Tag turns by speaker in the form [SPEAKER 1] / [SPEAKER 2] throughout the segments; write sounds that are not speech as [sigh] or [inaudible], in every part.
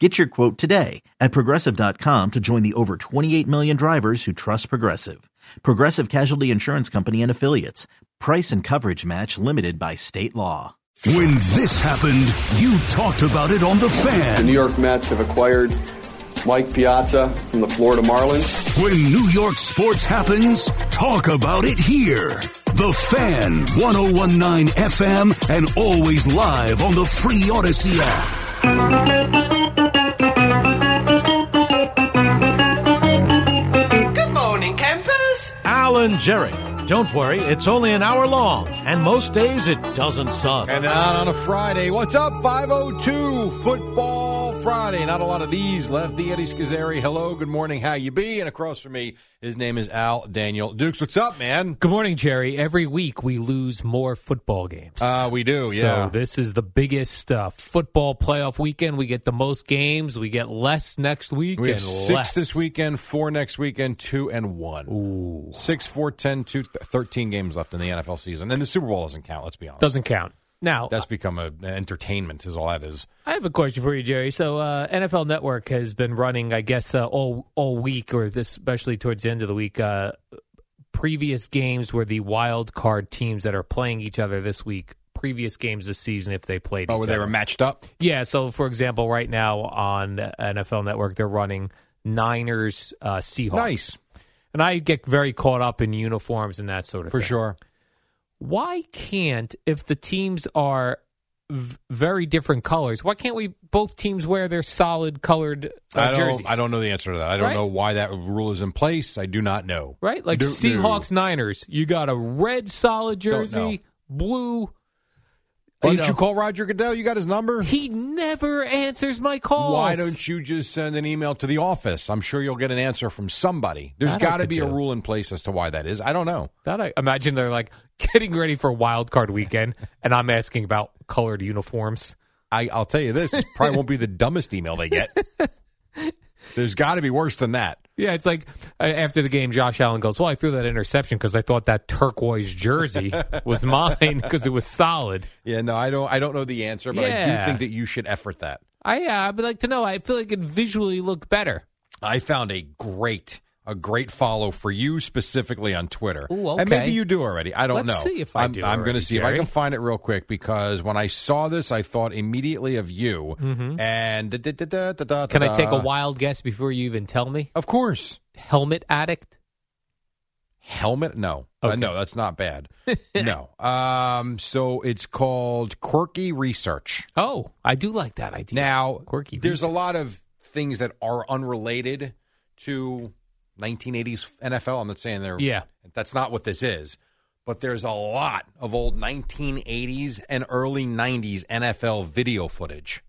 [SPEAKER 1] Get your quote today at progressive.com to join the over 28 million drivers who trust Progressive. Progressive Casualty Insurance Company and Affiliates. Price and coverage match limited by state law.
[SPEAKER 2] When this happened, you talked about it on The
[SPEAKER 3] The
[SPEAKER 2] Fan.
[SPEAKER 3] New York Mets have acquired Mike Piazza from the Florida Marlins.
[SPEAKER 2] When New York sports happens, talk about it here. The Fan, 1019 FM, and always live on the free Odyssey app.
[SPEAKER 4] Good morning, campers.
[SPEAKER 5] Alan Jerry. Don't worry, it's only an hour long, and most days it doesn't suck.
[SPEAKER 6] And out on a Friday. What's up? 502 Football Friday. Not a lot of these left. The Eddie Schizzeri. Hello, good morning, how you be? And across from me, his name is Al Daniel Dukes. What's up, man?
[SPEAKER 7] Good morning, Jerry. Every week we lose more football games.
[SPEAKER 6] Uh, we do, yeah.
[SPEAKER 7] So this is the biggest uh, football playoff weekend. We get the most games. We get less next week.
[SPEAKER 6] we have
[SPEAKER 7] and
[SPEAKER 6] six
[SPEAKER 7] less.
[SPEAKER 6] this weekend, four next weekend, two and one.
[SPEAKER 7] Ooh.
[SPEAKER 6] Six, four, ten, two, th- 13 games left in the NFL season. And the Super Bowl doesn't count, let's be honest.
[SPEAKER 7] Doesn't count. Now,
[SPEAKER 6] That's become a, an entertainment, is all that is.
[SPEAKER 7] I have a question for you, Jerry. So uh, NFL Network has been running, I guess, uh, all all week, or this, especially towards the end of the week, uh, previous games where the wild card teams that are playing each other this week, previous games this season, if they played.
[SPEAKER 6] Oh,
[SPEAKER 7] each
[SPEAKER 6] they
[SPEAKER 7] other.
[SPEAKER 6] were matched up.
[SPEAKER 7] Yeah. So, for example, right now on NFL Network, they're running Niners uh, Seahawks.
[SPEAKER 6] Nice,
[SPEAKER 7] And I get very caught up in uniforms and that sort of
[SPEAKER 6] for
[SPEAKER 7] thing.
[SPEAKER 6] sure.
[SPEAKER 7] Why can't, if the teams are v- very different colors, why can't we both teams wear their solid colored uh,
[SPEAKER 6] I don't,
[SPEAKER 7] jerseys?
[SPEAKER 6] I don't know the answer to that. I don't
[SPEAKER 7] Right?
[SPEAKER 6] know why that rule is in place. I do not know.
[SPEAKER 7] Right? Like
[SPEAKER 6] Don't know.
[SPEAKER 7] Seahawks Niners. You got a red solid
[SPEAKER 6] Don't know.
[SPEAKER 7] jersey, blue.
[SPEAKER 6] Why
[SPEAKER 7] you
[SPEAKER 6] don't
[SPEAKER 7] know.
[SPEAKER 6] you call Roger Goodell? You got his number?
[SPEAKER 7] uh, He never answers my calls.
[SPEAKER 6] Why don't you just send an email to the office? I'm sure you'll get an answer from somebody. There's
[SPEAKER 7] That I
[SPEAKER 6] got to
[SPEAKER 7] could
[SPEAKER 6] be a
[SPEAKER 7] do.
[SPEAKER 6] rule in place as to why that is. I don't know.
[SPEAKER 7] That I imagine they're like [laughs] getting ready for wild card weekend, and I'm asking about colored uniforms.
[SPEAKER 6] I, I'll tell you this: it probably won't be the dumbest email they
[SPEAKER 7] [laughs]
[SPEAKER 6] get. There's got to be worse than that.
[SPEAKER 7] Yeah, it's like uh, after the game, Josh Allen goes, "Well, I threw that interception because I thought that turquoise [laughs] jersey was mine because it was solid."
[SPEAKER 6] Yeah, no, I don't. I don't know the answer, but I do
[SPEAKER 7] Yeah.
[SPEAKER 6] think that you should effort that.
[SPEAKER 7] I uh, I'd like to know. I feel like it visually looked better.
[SPEAKER 6] I found a great a great follow for you specifically on Twitter.
[SPEAKER 7] Ooh,
[SPEAKER 6] And maybe
[SPEAKER 7] okay.
[SPEAKER 6] you do already. I don't
[SPEAKER 7] Let's
[SPEAKER 6] know.
[SPEAKER 7] see if I
[SPEAKER 6] am
[SPEAKER 7] do
[SPEAKER 6] I'm going to
[SPEAKER 7] already,
[SPEAKER 6] see if I
[SPEAKER 7] Jerry.
[SPEAKER 6] can find it real quick because when I saw this, I thought immediately of you. And da- da- da- da- da- da-
[SPEAKER 7] Mm-hmm. Can I take a
[SPEAKER 6] da.
[SPEAKER 7] wild guess before you even tell me?
[SPEAKER 6] Of course.
[SPEAKER 7] Helmet addict.
[SPEAKER 6] Helmet? No. Uh,
[SPEAKER 7] Okay.
[SPEAKER 6] no, that's not
[SPEAKER 7] [laughs]
[SPEAKER 6] bad. no. Um, so it's called Quirky Research.
[SPEAKER 7] Oh, I do like that idea.
[SPEAKER 6] Now,
[SPEAKER 7] Quirky
[SPEAKER 6] there's a
[SPEAKER 7] research.
[SPEAKER 6] lot of things that are unrelated to 1980s NFL. I'm not saying they're
[SPEAKER 7] Yeah.
[SPEAKER 6] That's not what this is, but there's a lot of old 1980s and early 90s NFL video footage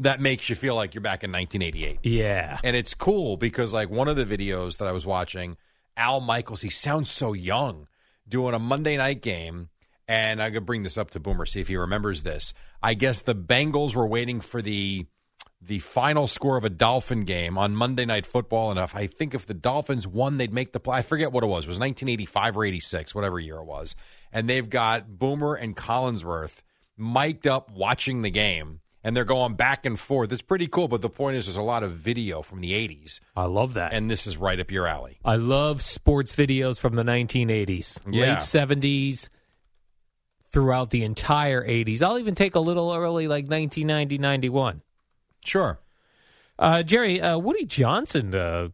[SPEAKER 6] that makes you feel like you're back in 1988.
[SPEAKER 7] yeah.
[SPEAKER 6] And it's cool because like one of the videos that I was watching, Al Michaels, he sounds so young doing a Monday night game. And I could bring this up to Boomer, see if he remembers this. I guess the Bengals were waiting for the the final score of a Dolphin game on Monday Night Football. And if I think if the Dolphins won, they'd make the play. I forget what it was. It was 1985 or 86, whatever year it was. And they've got Boomer and Collinsworth mic'd up watching the game. And they're going back and forth. It's pretty cool, but the point is, there's a lot of video from the 80s,
[SPEAKER 7] I love that.
[SPEAKER 6] and this is right up your alley.
[SPEAKER 7] I love sports videos from the 1980s,
[SPEAKER 6] Yeah.
[SPEAKER 7] late 70s, throughout the entire 80s. I'll even take a little early, like 1990, 91.
[SPEAKER 6] Sure.
[SPEAKER 7] Uh, Jerry, uh, Woody Johnson uh,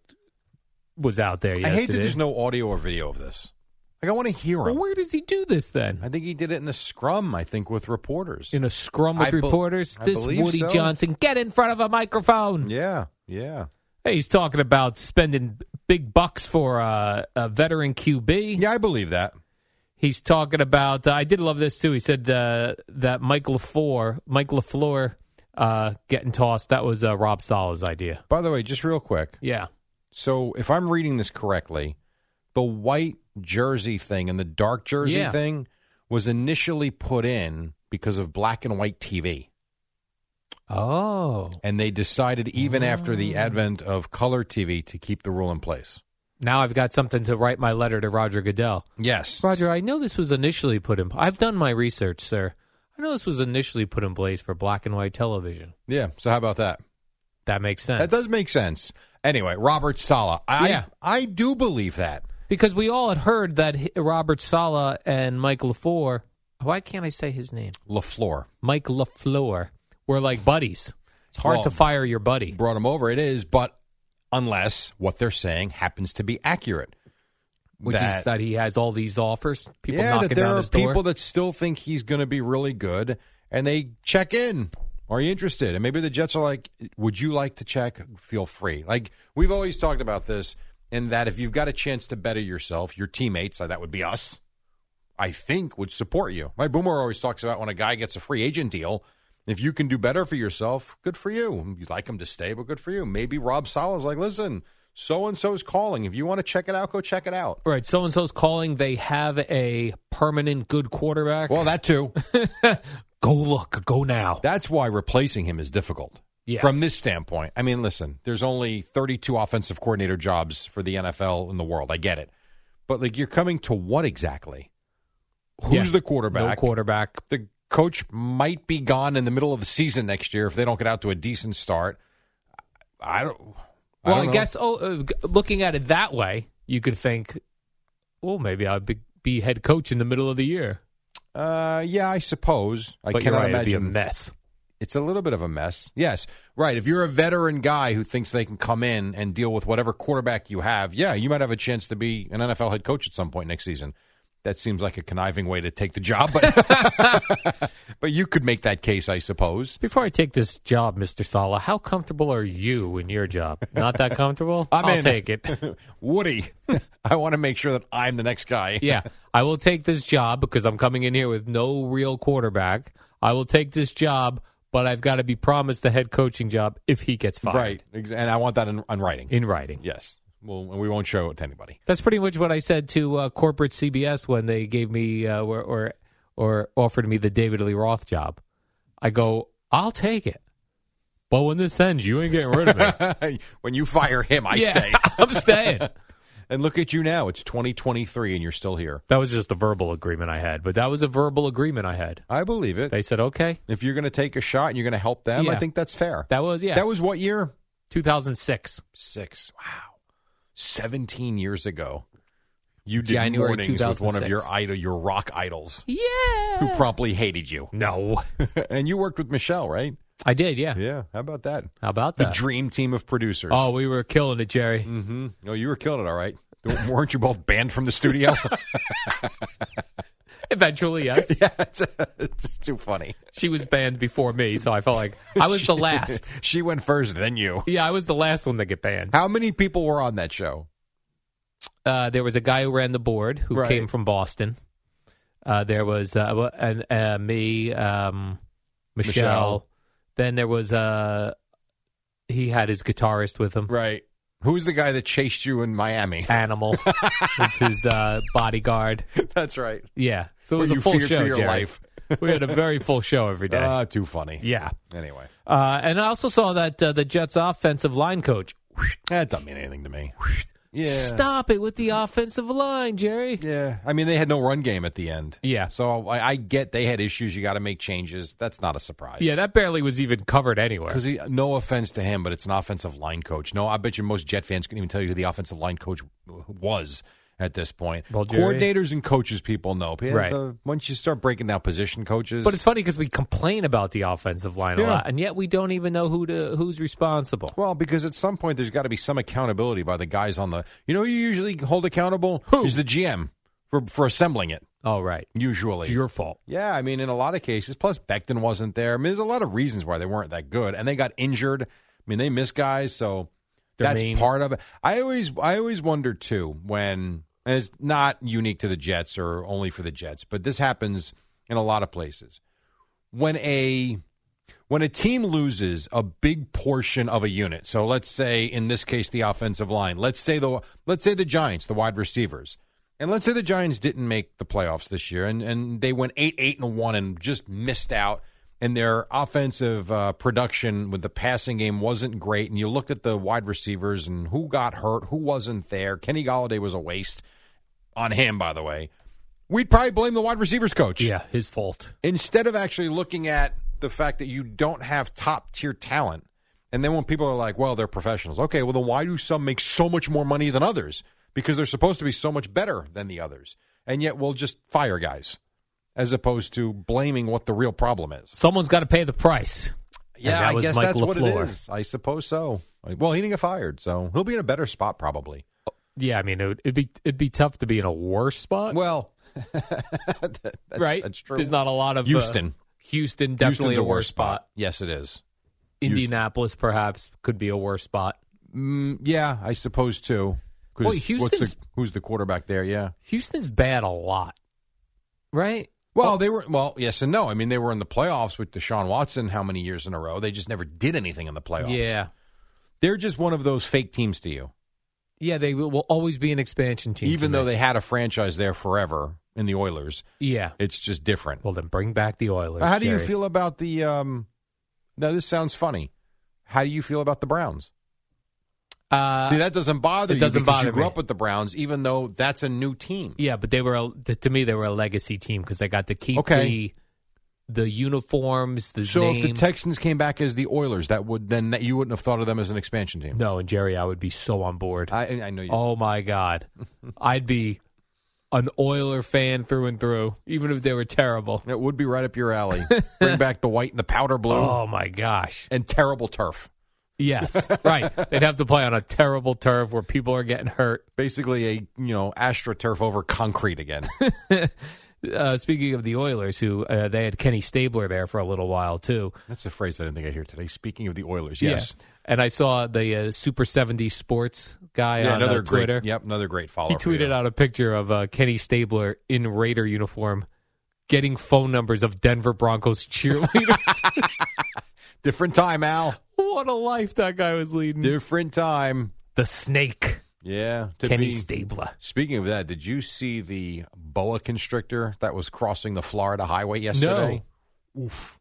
[SPEAKER 7] was out there
[SPEAKER 6] I
[SPEAKER 7] yesterday.
[SPEAKER 6] hate that there's no audio or video of this. Like, I want to hear
[SPEAKER 7] Well,
[SPEAKER 6] him.
[SPEAKER 7] where does he do this then?
[SPEAKER 6] I think he did it in the scrum, I think, with reporters.
[SPEAKER 7] In a scrum with
[SPEAKER 6] I bel-
[SPEAKER 7] reporters?
[SPEAKER 6] I
[SPEAKER 7] this
[SPEAKER 6] believe
[SPEAKER 7] Woody
[SPEAKER 6] so.
[SPEAKER 7] Johnson, get in front of a microphone.
[SPEAKER 6] yeah, yeah.
[SPEAKER 7] Hey, he's talking about spending big bucks for uh, a veteran QB.
[SPEAKER 6] Yeah, I believe that.
[SPEAKER 7] He's talking about. uh, I did love this too. He said uh, that Mike LaFleur, Mike LaFleur, uh, getting tossed. That was uh, Rob Sala's idea.
[SPEAKER 6] By the way, just real quick.
[SPEAKER 7] Yeah,
[SPEAKER 6] So, if I'm reading this correctly, the white jersey thing and the dark jersey
[SPEAKER 7] Yeah.
[SPEAKER 6] thing was initially put in because of black and white TV.
[SPEAKER 7] Oh,
[SPEAKER 6] And they decided, even after the advent of color TV, to keep the rule in place.
[SPEAKER 7] now I've got something to write my letter to Roger Goodell.
[SPEAKER 6] Yes.
[SPEAKER 7] Roger, I know this was initially put in. I've done my research, sir. I know this was initially put in place for black and white television.
[SPEAKER 6] Yeah. So, how about that?
[SPEAKER 7] That makes sense.
[SPEAKER 6] That does make sense. Anyway, Robert Sala. I,
[SPEAKER 7] Yeah.
[SPEAKER 6] I do believe that.
[SPEAKER 7] because we all had heard that hi- Robert Sala and Mike LaFleur. Why can't I say his name?
[SPEAKER 6] LaFleur
[SPEAKER 7] Mike LaFleur were like buddies. It's hard
[SPEAKER 6] Well,
[SPEAKER 7] to fire your buddy.
[SPEAKER 6] brought him over. It is, but unless what they're saying happens to be accurate.
[SPEAKER 7] which is
[SPEAKER 6] that-
[SPEAKER 7] that he has all these offers. People
[SPEAKER 6] yeah,
[SPEAKER 7] knocking
[SPEAKER 6] that there
[SPEAKER 7] down
[SPEAKER 6] are
[SPEAKER 7] his
[SPEAKER 6] people
[SPEAKER 7] door.
[SPEAKER 6] that still think he's going to be really good, and they check in. Are you interested? And maybe the Jets are like, "Would you like to check? Feel free." Like we've always talked about this, and that if you've got a chance to better yourself, your teammates, uh, that would be us, I think, would support you. My boomer always talks about when a guy gets a free agent deal. If you can do better for yourself, good for you. You'd like him to stay, but good for you. Maybe Rob Sala's like, listen, so and so's calling. If you want to check it out, go check it out.
[SPEAKER 7] Right, so and so's calling. They have a permanent good quarterback.
[SPEAKER 6] Well, that too.
[SPEAKER 7] go look, go now.
[SPEAKER 6] That's why replacing him is difficult.
[SPEAKER 7] Yeah.
[SPEAKER 6] From this standpoint, I mean, listen, there's only 32 offensive coordinator jobs for the NFL in the world. I get it. But, like, you're coming to what exactly? Who's
[SPEAKER 7] Yeah.
[SPEAKER 6] the quarterback?
[SPEAKER 7] No quarterback.
[SPEAKER 6] The coach might be gone in the middle of the season next year if they don't get out to a decent start. I don't.
[SPEAKER 7] Well, I,
[SPEAKER 6] don't know.
[SPEAKER 7] guess. Oh, uh, g- looking at it that way, you could think, well, maybe I'd be, be head coach in the middle of the year.
[SPEAKER 6] Uh, yeah, I suppose. I
[SPEAKER 7] but you're
[SPEAKER 6] cannot
[SPEAKER 7] right, it'd
[SPEAKER 6] imagine.
[SPEAKER 7] be a mess.
[SPEAKER 6] it's a little bit of a mess. Yes, right. If you're a veteran guy who thinks they can come in and deal with whatever quarterback you have, yeah, you might have a chance to be an NFL head coach at some point next season. That seems like a conniving way to take the job, but but [laughs] you could make that case, I suppose. [laughs]
[SPEAKER 7] Before I take this job, Mister Sala, how comfortable are you in your job? Not that comfortable.
[SPEAKER 6] [laughs] I'm
[SPEAKER 7] will
[SPEAKER 6] in.
[SPEAKER 7] take it.
[SPEAKER 6] Woody, [laughs] I want to make sure that I'm the next guy.
[SPEAKER 7] yeah, [laughs] I will take this job because I'm coming in here with no real quarterback. I will take this job, but I've got to be promised the head coaching job if he gets fired.
[SPEAKER 6] right. Ex- And I want that in, on writing.
[SPEAKER 7] In writing.
[SPEAKER 6] yes. Well, we won't show it to anybody. [laughs]
[SPEAKER 7] That's pretty much what I said to uh, corporate CBS when they gave me uh, or, or or offered me the David Lee Roth job. I go, I'll take it. But when this ends, you ain't getting rid [laughs] of me.
[SPEAKER 6] when you fire him, I
[SPEAKER 7] yeah,
[SPEAKER 6] stay.
[SPEAKER 7] [laughs] I'm staying.
[SPEAKER 6] And look at you now. It's 2023, and you're still here.
[SPEAKER 7] That was just a verbal agreement I had, but that was a verbal agreement I had.
[SPEAKER 6] I believe it.
[SPEAKER 7] They said, okay,
[SPEAKER 6] If you're going to take a shot and you're going to help them, I
[SPEAKER 7] Yeah.
[SPEAKER 6] think that's fair.
[SPEAKER 7] that was yeah,
[SPEAKER 6] That was what year?
[SPEAKER 7] 2006.
[SPEAKER 6] Six. Wow. 17 years ago. You did
[SPEAKER 7] January
[SPEAKER 6] mornings with one of
[SPEAKER 7] 2006.
[SPEAKER 6] your idol, your rock idols
[SPEAKER 7] Yeah.
[SPEAKER 6] who promptly hated you.
[SPEAKER 7] No.
[SPEAKER 6] [laughs] and you worked with Michelle, right?
[SPEAKER 7] I did, yeah.
[SPEAKER 6] Yeah. How about that?
[SPEAKER 7] How about
[SPEAKER 6] The
[SPEAKER 7] that?
[SPEAKER 6] dream team of producers.
[SPEAKER 7] Uh, oh, we were killing it, Jerry.
[SPEAKER 6] hmm No, you were killing it, all right. Weren't you both banned from the
[SPEAKER 7] [laughs]
[SPEAKER 6] studio? [laughs]
[SPEAKER 7] Eventually, yes.
[SPEAKER 6] yeah, it's, it's too funny. [laughs]
[SPEAKER 7] She was banned before me, so I felt like I was the last.
[SPEAKER 6] She went first, then you.
[SPEAKER 7] Yeah, I was the last one to get banned.
[SPEAKER 6] How many people were on that show?
[SPEAKER 7] Uh, there was a guy who ran the board who
[SPEAKER 6] Right.
[SPEAKER 7] came from Boston. Uh, there was uh, well, and uh, me, um, Michelle.
[SPEAKER 6] Michelle.
[SPEAKER 7] Then there was uh, he had his guitarist with him.
[SPEAKER 6] Right. Who's the guy that chased you in Miami? [laughs]
[SPEAKER 7] Animal was his uh, bodyguard.
[SPEAKER 6] That's right.
[SPEAKER 7] Yeah, so it
[SPEAKER 6] Where
[SPEAKER 7] was a
[SPEAKER 6] you
[SPEAKER 7] full
[SPEAKER 6] feared for
[SPEAKER 7] show.
[SPEAKER 6] your
[SPEAKER 7] Jerry.
[SPEAKER 6] life.
[SPEAKER 7] we had a very full show every day.
[SPEAKER 6] Ah, too funny.
[SPEAKER 7] yeah.
[SPEAKER 6] Anyway,
[SPEAKER 7] Uh, and I also saw that uh, the Jets' offensive line coach.
[SPEAKER 6] that doesn't mean anything to me. Yeah.
[SPEAKER 7] Stop it with the offensive line, Jerry.
[SPEAKER 6] Yeah. I mean, they had no run game at the end.
[SPEAKER 7] Yeah.
[SPEAKER 6] So I, I get they had issues. You got to make changes. That's not a surprise.
[SPEAKER 7] Yeah, that barely was even covered anywhere.
[SPEAKER 6] Because no offense to him, but it's an offensive line coach. No, I bet you most Jet fans couldn't even tell you who the offensive line coach was at this point.
[SPEAKER 7] Well, Jerry-
[SPEAKER 6] Coordinators and coaches, people know. Yeah,
[SPEAKER 7] Right.
[SPEAKER 6] the- once you start breaking down position coaches,
[SPEAKER 7] But it's funny because we complain about the offensive line a
[SPEAKER 6] Yeah.
[SPEAKER 7] lot, and yet we don't even know who to who's responsible.
[SPEAKER 6] well because at some point there's got to be some accountability by the guys on the. You know, who you usually hold accountable
[SPEAKER 7] Who?
[SPEAKER 6] is the GM for for assembling it.
[SPEAKER 7] All right,
[SPEAKER 6] Usually,
[SPEAKER 7] it's your fault.
[SPEAKER 6] Yeah, I mean, in a lot of cases. Plus, Becton wasn't there. I mean, there's a lot of reasons why they weren't that good, and they got injured. I mean, they missed guys, so
[SPEAKER 7] They're
[SPEAKER 6] that's
[SPEAKER 7] mean.
[SPEAKER 6] part of it. I always, I always wonder too when, and it's not unique to the Jets or only for the Jets, but this happens in a lot of places when a when a team loses a big portion of a unit. So let's say in this case the offensive line. Let's say the let's say the Giants, the wide receivers. And let's say the Giants didn't make the playoffs this year and, and they went 8 8 and 1 and just missed out and their offensive uh, production with the passing game wasn't great and you looked at the wide receivers and who got hurt, who wasn't there. Kenny Galladay was a waste on him by the way. We'd probably blame the wide receivers coach
[SPEAKER 7] Yeah, his fault.
[SPEAKER 6] instead of actually looking at the fact that you don't have top tier talent. And then when people are like, well, they're professionals. Okay, well, then why do some make so much more money than others? Because they're supposed to be so much better than the others. And yet we'll just fire guys as opposed to blaming what the real problem is.
[SPEAKER 7] Someone's got to pay the price. And that was Mike LaFleur.
[SPEAKER 6] I suppose so. Well, he didn't get fired, so he'll be in a better spot probably.
[SPEAKER 7] Yeah, I mean it would, it'd be it'd be tough to be in a worse spot,
[SPEAKER 6] Well, that- that's,
[SPEAKER 7] right?
[SPEAKER 6] That's true.
[SPEAKER 7] There's not a lot of uh,
[SPEAKER 6] Houston.
[SPEAKER 7] Houston definitely
[SPEAKER 6] Houston's
[SPEAKER 7] a worse spot.
[SPEAKER 6] Yes, it is.
[SPEAKER 7] Indianapolis perhaps could be a worse spot.
[SPEAKER 6] Mm, yeah, I suppose too. 'Cause
[SPEAKER 7] Well,
[SPEAKER 6] what's
[SPEAKER 7] Houston's-
[SPEAKER 6] the, who's the quarterback there? Yeah.
[SPEAKER 7] Houston's bad a lot, right?
[SPEAKER 6] Well, they were well, yes and no. I mean, they were in the playoffs with Deshaun Watson how many years in a row? They just never did anything in the playoffs.
[SPEAKER 7] Yeah,
[SPEAKER 6] They're just one of those fake teams to you.
[SPEAKER 7] yeah, they will, will always be an expansion team,
[SPEAKER 6] Even
[SPEAKER 7] to
[SPEAKER 6] though
[SPEAKER 7] me.
[SPEAKER 6] they had a franchise there forever in the Oilers,
[SPEAKER 7] yeah.
[SPEAKER 6] it's just different.
[SPEAKER 7] Well, then bring back the Oilers.
[SPEAKER 6] how do you
[SPEAKER 7] Jerry.
[SPEAKER 6] feel about the um Now this sounds funny. How do you feel about the Browns?
[SPEAKER 7] Uh,
[SPEAKER 6] See, that doesn't bother
[SPEAKER 7] it
[SPEAKER 6] you
[SPEAKER 7] doesn't
[SPEAKER 6] because
[SPEAKER 7] bother
[SPEAKER 6] you grew
[SPEAKER 7] me.
[SPEAKER 6] up with the Browns even though that's a new team.
[SPEAKER 7] Yeah, but they were a, th- to me they were a legacy team because they got to keep
[SPEAKER 6] Okay.
[SPEAKER 7] the the uniforms, the
[SPEAKER 6] So if the
[SPEAKER 7] name.
[SPEAKER 6] Texans came back as the Oilers, that would then that you wouldn't have thought of them as an expansion team.
[SPEAKER 7] no, and Jerry, I would be so on board.
[SPEAKER 6] I, I know you.
[SPEAKER 7] oh my god, I'd be an Oiler fan through and through, even if they were terrible.
[SPEAKER 6] It would be right up your
[SPEAKER 7] [laughs]
[SPEAKER 6] alley. Bring back the white and the powder blue
[SPEAKER 7] Oh my gosh,
[SPEAKER 6] and terrible turf.
[SPEAKER 7] [laughs] yes, right. They'd have to play on a terrible turf where people are getting hurt.
[SPEAKER 6] Basically, a you know astroturf over concrete
[SPEAKER 7] [laughs]
[SPEAKER 6] again.
[SPEAKER 7] Uh, speaking of the Oilers, who uh, they had Kenny Stabler there for a little while too.
[SPEAKER 6] That's a phrase I didn't think I'd hear today. Speaking of the Oilers, yes,
[SPEAKER 7] Yeah. And I saw the uh, Super 70 Sports guy on uh,
[SPEAKER 6] great.
[SPEAKER 7] Twitter.
[SPEAKER 6] Yep, another great follow.
[SPEAKER 7] He tweeted out a picture of uh, Kenny Stabler in Raider uniform getting phone numbers of Denver
[SPEAKER 6] [laughs]
[SPEAKER 7] Broncos cheerleaders.
[SPEAKER 6] different time, Al.
[SPEAKER 7] what a life that guy was leading.
[SPEAKER 6] Different time.
[SPEAKER 7] The snake,
[SPEAKER 6] Yeah, to
[SPEAKER 7] Kenny
[SPEAKER 6] be-
[SPEAKER 7] Stabler.
[SPEAKER 6] Speaking of that, did you see the boa constrictor that was crossing the Florida highway yesterday? No. Oof.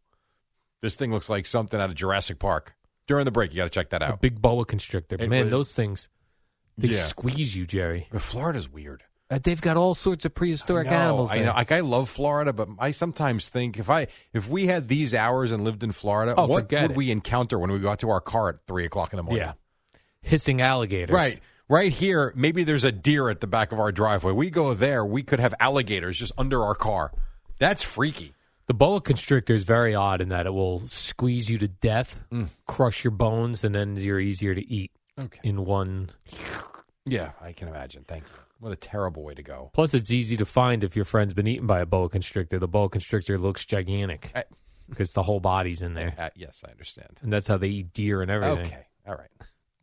[SPEAKER 6] This thing looks like something out of Jurassic Park. During the break, you got to check that
[SPEAKER 7] A
[SPEAKER 6] out.
[SPEAKER 7] big boa constrictor.
[SPEAKER 6] It
[SPEAKER 7] Man,
[SPEAKER 6] was-
[SPEAKER 7] those things, they
[SPEAKER 6] Yeah.
[SPEAKER 7] squeeze you, Jerry.
[SPEAKER 6] But Florida's weird.
[SPEAKER 7] Uh, they've got all sorts of prehistoric
[SPEAKER 6] I know,
[SPEAKER 7] animals
[SPEAKER 6] Oh, I
[SPEAKER 7] there.
[SPEAKER 6] know. Like I love Florida, but I sometimes think if I if we had these hours and lived in Florida,
[SPEAKER 7] Oh,
[SPEAKER 6] what
[SPEAKER 7] forget
[SPEAKER 6] would
[SPEAKER 7] it.
[SPEAKER 6] we encounter when we got to our car at three o'clock in the morning?
[SPEAKER 7] yeah. Hissing alligators.
[SPEAKER 6] Right. Right here, maybe there's a deer at the back of our driveway. We go there, we could have alligators just under our car. That's freaky.
[SPEAKER 7] The boa constrictor is very odd in that it will squeeze you to death, crush your bones, and then you're easier to eat
[SPEAKER 6] Okay.
[SPEAKER 7] in one.
[SPEAKER 6] Yeah, I can imagine. Thank you. What a terrible way to go.
[SPEAKER 7] Plus, it's easy to find if your friend's been eaten by a boa constrictor. The boa constrictor looks gigantic
[SPEAKER 6] I-
[SPEAKER 7] because the whole body's in there,
[SPEAKER 6] Uh, yes, I understand.
[SPEAKER 7] and that's how they eat deer and everything.
[SPEAKER 6] Okay. All right.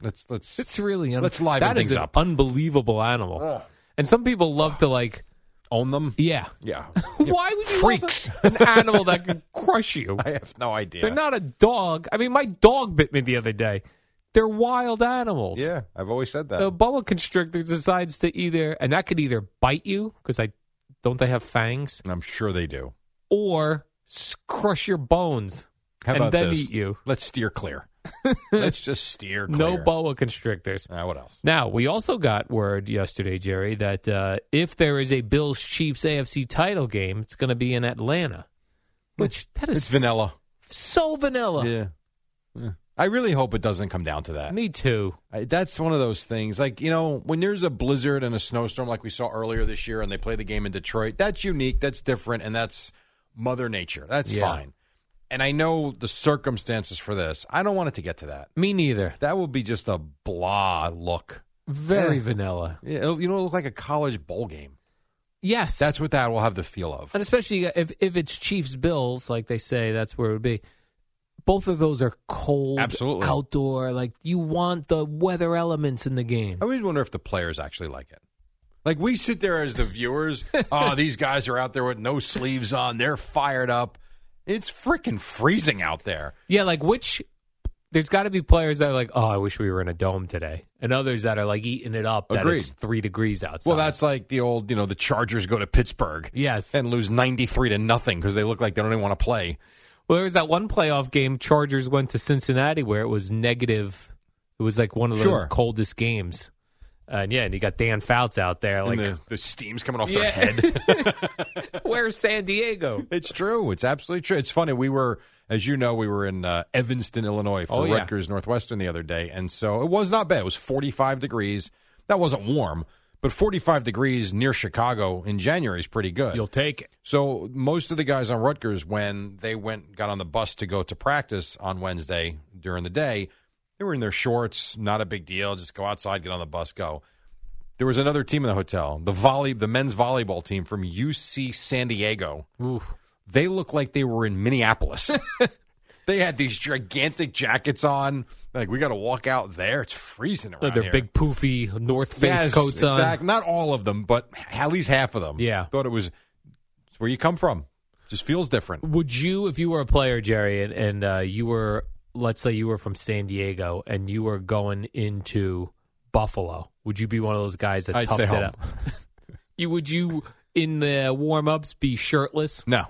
[SPEAKER 6] Let's let's
[SPEAKER 7] It's really un-
[SPEAKER 6] Let's liven
[SPEAKER 7] that is
[SPEAKER 6] things
[SPEAKER 7] an
[SPEAKER 6] up.
[SPEAKER 7] unbelievable animal, and some people love to like,
[SPEAKER 6] own them.
[SPEAKER 7] yeah. [laughs]
[SPEAKER 6] Yeah.
[SPEAKER 7] Why would you
[SPEAKER 6] Freaks.
[SPEAKER 7] love a- [laughs] an animal that can crush [laughs] you?
[SPEAKER 6] I have no idea.
[SPEAKER 7] They're not a dog. I mean, my dog bit me the other day. They're wild animals.
[SPEAKER 6] Yeah, I've always said that.
[SPEAKER 7] The boa constrictor decides to either, and that could either bite you because I don't they have fangs,
[SPEAKER 6] I'm sure they do.
[SPEAKER 7] or s- crush your bones
[SPEAKER 6] How
[SPEAKER 7] and
[SPEAKER 6] about
[SPEAKER 7] then
[SPEAKER 6] this?
[SPEAKER 7] eat you.
[SPEAKER 6] Let's steer
[SPEAKER 7] [laughs]
[SPEAKER 6] clear. Let's just steer clear.
[SPEAKER 7] No boa constrictors.
[SPEAKER 6] Ah, what else?
[SPEAKER 7] Now, we also got word yesterday, Jerry, that uh, if there is a Bills Chiefs AFC title game, it's going to be in Atlanta, which that is
[SPEAKER 6] It's vanilla.
[SPEAKER 7] so vanilla.
[SPEAKER 6] Yeah. I really hope it doesn't come down to that.
[SPEAKER 7] Me too.
[SPEAKER 6] I, that's one of those things. Like, you know, when there's a blizzard and a snowstorm like we saw earlier this year and they play the game in Detroit, that's unique, that's different, and that's Mother Nature. That's
[SPEAKER 7] Yeah.
[SPEAKER 6] fine. And I know the circumstances for this. I don't want it to get to that.
[SPEAKER 7] Me neither.
[SPEAKER 6] That will be just a blah look.
[SPEAKER 7] Very
[SPEAKER 6] Yeah.
[SPEAKER 7] vanilla.
[SPEAKER 6] It'll, you know, it'll look like a college bowl game.
[SPEAKER 7] Yes.
[SPEAKER 6] That's what that will have the feel of.
[SPEAKER 7] and especially if if it's Chiefs Bills, like they say, that's where it would be. Both of those are cold,
[SPEAKER 6] Absolutely.
[SPEAKER 7] outdoor. Like you want the weather elements in the game.
[SPEAKER 6] I always wonder if the players actually like it. Like we sit there as the
[SPEAKER 7] [laughs]
[SPEAKER 6] viewers, oh, these guys are out there with no sleeves on. They're fired up. It's freaking freezing out there.
[SPEAKER 7] Yeah, like which there's got to be players that are like, oh, I wish we were in a dome today, and others that are like eating it up. That
[SPEAKER 6] Agreed.
[SPEAKER 7] it's three degrees outside.
[SPEAKER 6] Well, that's like the old, you know, the Chargers go to Pittsburgh
[SPEAKER 7] yes.
[SPEAKER 6] and lose 93 to nothing because they look like they don't even want to play.
[SPEAKER 7] well, there was that one playoff game. Chargers went to Cincinnati where it was negative. It was like one of those
[SPEAKER 6] Sure.
[SPEAKER 7] coldest games. And yeah, and you got Dan Fouts out there. Like,
[SPEAKER 6] Like the, the steam's coming off
[SPEAKER 7] Yeah.
[SPEAKER 6] their head.
[SPEAKER 7] [laughs] where's San Diego?
[SPEAKER 6] [laughs] it's true. It's absolutely true. It's funny. We were, as you know, we were in uh, Evanston, Illinois for
[SPEAKER 7] Oh, yeah.
[SPEAKER 6] Rutgers Northwestern the other day. And so it was not bad. It was 45 degrees. That wasn't warm, but 45 degrees near Chicago in January is pretty good.
[SPEAKER 7] You'll take it.
[SPEAKER 6] So most of the guys on Rutgers, when they went got on the bus to go to practice on Wednesday during the day, they were in their shorts, not a big deal. Just go outside, get on the bus, go. There was another team in the hotel, the volley, the men's volleyball team from UC San Diego. They looked like they were in
[SPEAKER 7] [laughs]
[SPEAKER 6] Minneapolis. they had these gigantic jackets on. Like we got to walk out there; it's freezing around
[SPEAKER 7] With their
[SPEAKER 6] here.
[SPEAKER 7] big poofy North Face
[SPEAKER 6] Yes,
[SPEAKER 7] coats on.
[SPEAKER 6] exact- Not all of them, but at least half of them.
[SPEAKER 7] Yeah.
[SPEAKER 6] Thought it was it's where you come from. Just feels different.
[SPEAKER 7] Would you, if you were a player, Jerry, and, and uh, you were, let's say you were from San Diego and you were going into Buffalo, would you be one of those guys that
[SPEAKER 6] I'd
[SPEAKER 7] toughed
[SPEAKER 6] stay
[SPEAKER 7] it
[SPEAKER 6] home. [laughs]
[SPEAKER 7] up? you would you in the warm ups be shirtless?
[SPEAKER 6] No.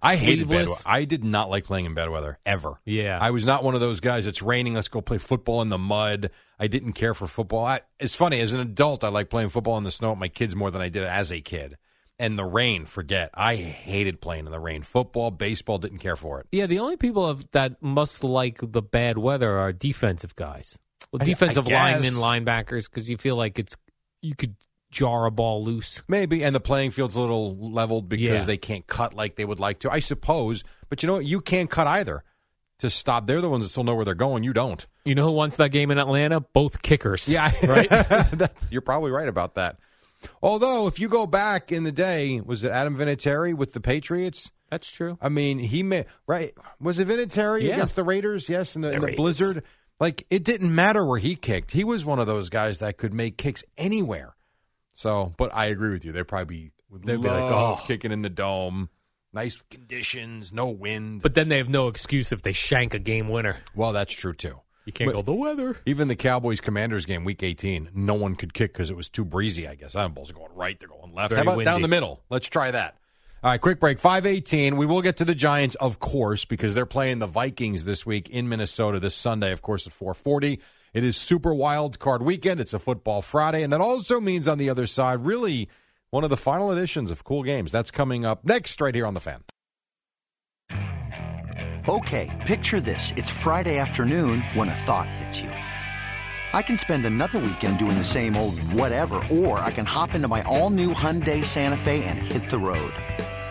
[SPEAKER 6] I hated bad weather.
[SPEAKER 7] Sleeveless?
[SPEAKER 6] I did not like playing in bad weather ever.
[SPEAKER 7] Yeah.
[SPEAKER 6] I was not one of those guys. It's raining. Let's go play football in the mud. I didn't care for football. I, it's funny. As an adult, I like playing football in the snow with my kids more than I did as a kid. And the rain, forget. I hated playing in the rain. Football, baseball, didn't care for it.
[SPEAKER 7] yeah, the only people of, that must like the bad weather are defensive guys. Well,
[SPEAKER 6] I- I
[SPEAKER 7] defensive
[SPEAKER 6] guess.
[SPEAKER 7] linemen, linebackers, because you feel like it's you could jar a ball loose.
[SPEAKER 6] Maybe, and the playing field's a little leveled because
[SPEAKER 7] Yeah.
[SPEAKER 6] they can't cut like they would like to, I suppose. But you know what? You can't cut either. To stop, they're the ones that still know where they're going. You don't.
[SPEAKER 7] You know who wants that game in Atlanta? Both kickers.
[SPEAKER 6] [laughs]
[SPEAKER 7] [laughs]
[SPEAKER 6] right. You're probably right about that. Although, if you go back in the day, was it Adam Vinatieri with the Patriots?
[SPEAKER 7] that's true.
[SPEAKER 6] I mean, he may right. Was it Vinatieri
[SPEAKER 7] Yeah.
[SPEAKER 6] against the Raiders? Yes, in the, in the
[SPEAKER 7] Raiders.
[SPEAKER 6] blizzard. Like it didn't matter where he kicked. He was one of those guys that could make kicks anywhere. So, but I agree with you. They probably would
[SPEAKER 7] They'd
[SPEAKER 6] love
[SPEAKER 7] be like, "Oh."
[SPEAKER 6] kicking in the dome, nice conditions, no wind.
[SPEAKER 7] But then they have no excuse if they shank a game winner.
[SPEAKER 6] well, that's true too.
[SPEAKER 7] You can't
[SPEAKER 6] But-
[SPEAKER 7] go the weather.
[SPEAKER 6] Even the Cowboys Commanders game, Week 18, no one could kick because it was too breezy. I guess I don't balls are going right, they're going left.
[SPEAKER 7] Very
[SPEAKER 6] How about down
[SPEAKER 7] windy.
[SPEAKER 6] the middle? Let's try that. All right, quick break. Five eighteen. We will get to the Giants, of course, because they're playing the Vikings this week in Minnesota this Sunday, of course, at four forty. It is Super Wild Card Weekend. It's a Football Friday, and that also means on the other side, really one of the final editions of Cool Games. That's coming up next, right here on the Fan.
[SPEAKER 8] Okay, picture this. It's Friday afternoon when a thought hits you. I can spend another weekend doing the same old whatever, or I can hop into my all new Hyundai Santa Fe and hit the road.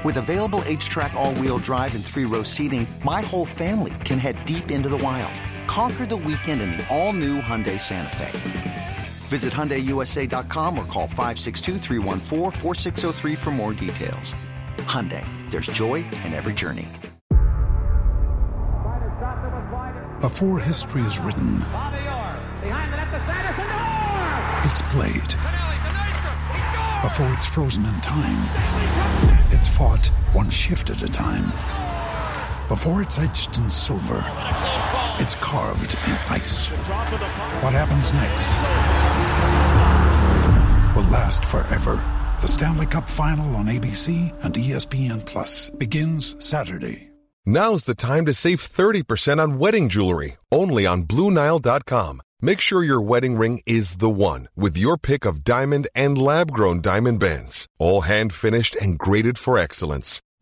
[SPEAKER 8] With available H track, all wheel drive, and three row seating, my whole family can head deep into the wild. Conquer the weekend in the all new Hyundai Santa Fe. Visit HyundaiUSA.com or call 562-314-4603 for more details. Hyundai, there's joy in every journey.
[SPEAKER 2] Before history is written, it's played. Before it's frozen in time, it's fought one shift at a time. Before it's etched in silver, it's carved in ice. What happens next will last forever. The Stanley Cup Final on ABC and E ESPN Plus begins Saturday.
[SPEAKER 9] Now's the time to save 30% on wedding jewelry, only on BlueNile.com. Make sure your wedding ring is the one with your pick of diamond and lab grown diamond bands, all hand finished and graded for excellence.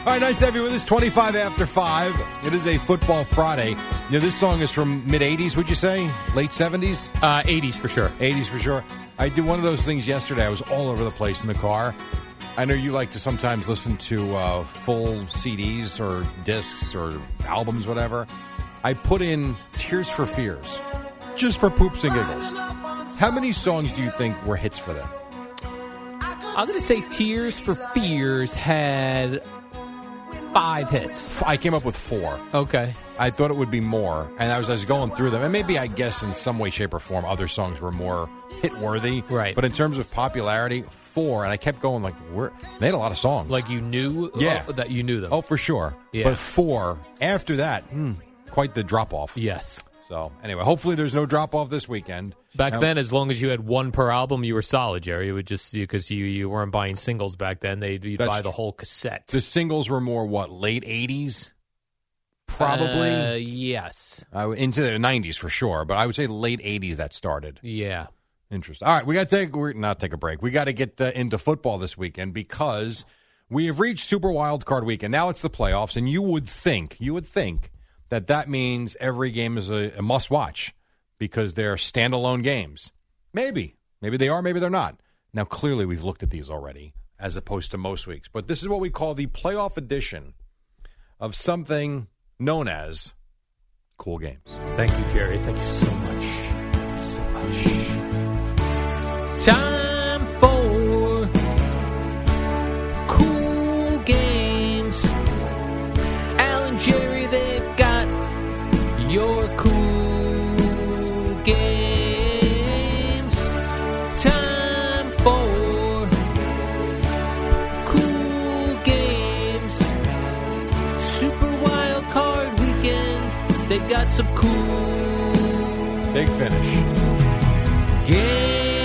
[SPEAKER 6] All right, nice to have you with us. 25 after 5. It is a Football Friday. You know, this song is from mid 80s, would you say? Late 70s?
[SPEAKER 7] Uh, 80s for sure.
[SPEAKER 6] 80s for sure. I did one of those things yesterday. I was all over the place in the car. I know you like to sometimes listen to uh, full CDs or discs or albums, whatever. I put in Tears for Fears just for poops and giggles. How many songs do you think were hits for them?
[SPEAKER 7] I'm going to say Tears for Fears had five hits.
[SPEAKER 6] F- I came up with four.
[SPEAKER 7] Okay.
[SPEAKER 6] I thought it would be more, and I was, I was going through them, and maybe I guess in some way, shape, or form, other songs were more hit worthy.
[SPEAKER 7] Right.
[SPEAKER 6] But in terms of popularity, four, and I kept going like, where they had a lot of songs.
[SPEAKER 7] Like you knew
[SPEAKER 6] Yeah.
[SPEAKER 7] oh, that you knew them.
[SPEAKER 6] oh, for sure.
[SPEAKER 7] Yeah.
[SPEAKER 6] But four after that, hmm, quite the drop off.
[SPEAKER 7] yes.
[SPEAKER 6] So anyway, hopefully there's no drop off this weekend.
[SPEAKER 7] Back
[SPEAKER 6] Now-
[SPEAKER 7] then, as long as you had one per album, you were solid, Jerry. It would just because you, you weren't buying singles back then. They'd you'd
[SPEAKER 6] That's
[SPEAKER 7] buy the
[SPEAKER 6] tr-
[SPEAKER 7] whole cassette.
[SPEAKER 6] The singles were more what late '80s, probably
[SPEAKER 7] Uh, yes.
[SPEAKER 6] I w- into the '90s for sure. But I would say late '80s that started.
[SPEAKER 7] Yeah.
[SPEAKER 6] Interesting. All right, we got to take we're not take a break. We got to get uh, into football this weekend because we have reached Super Wild Card Weekend. Now it's the playoffs, and you would think you would think that that means every game is a, a must watch because they're standalone games. Maybe, maybe they are, maybe they're not. Now clearly we've looked at these already, as opposed to most weeks. But this is what we call the playoff edition of something known as cool games.
[SPEAKER 7] Thank you, Jerry. Thank you so much. So much. Time for cool games. Alan Jerry, they've got your cool games. Time for cool games. Super wild card weekend. They got some cool
[SPEAKER 6] Big finish. [laughs]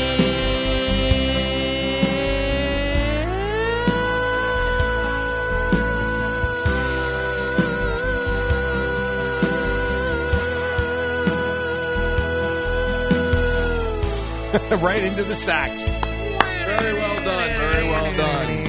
[SPEAKER 6] right into the sacks. Very well done. Very well done.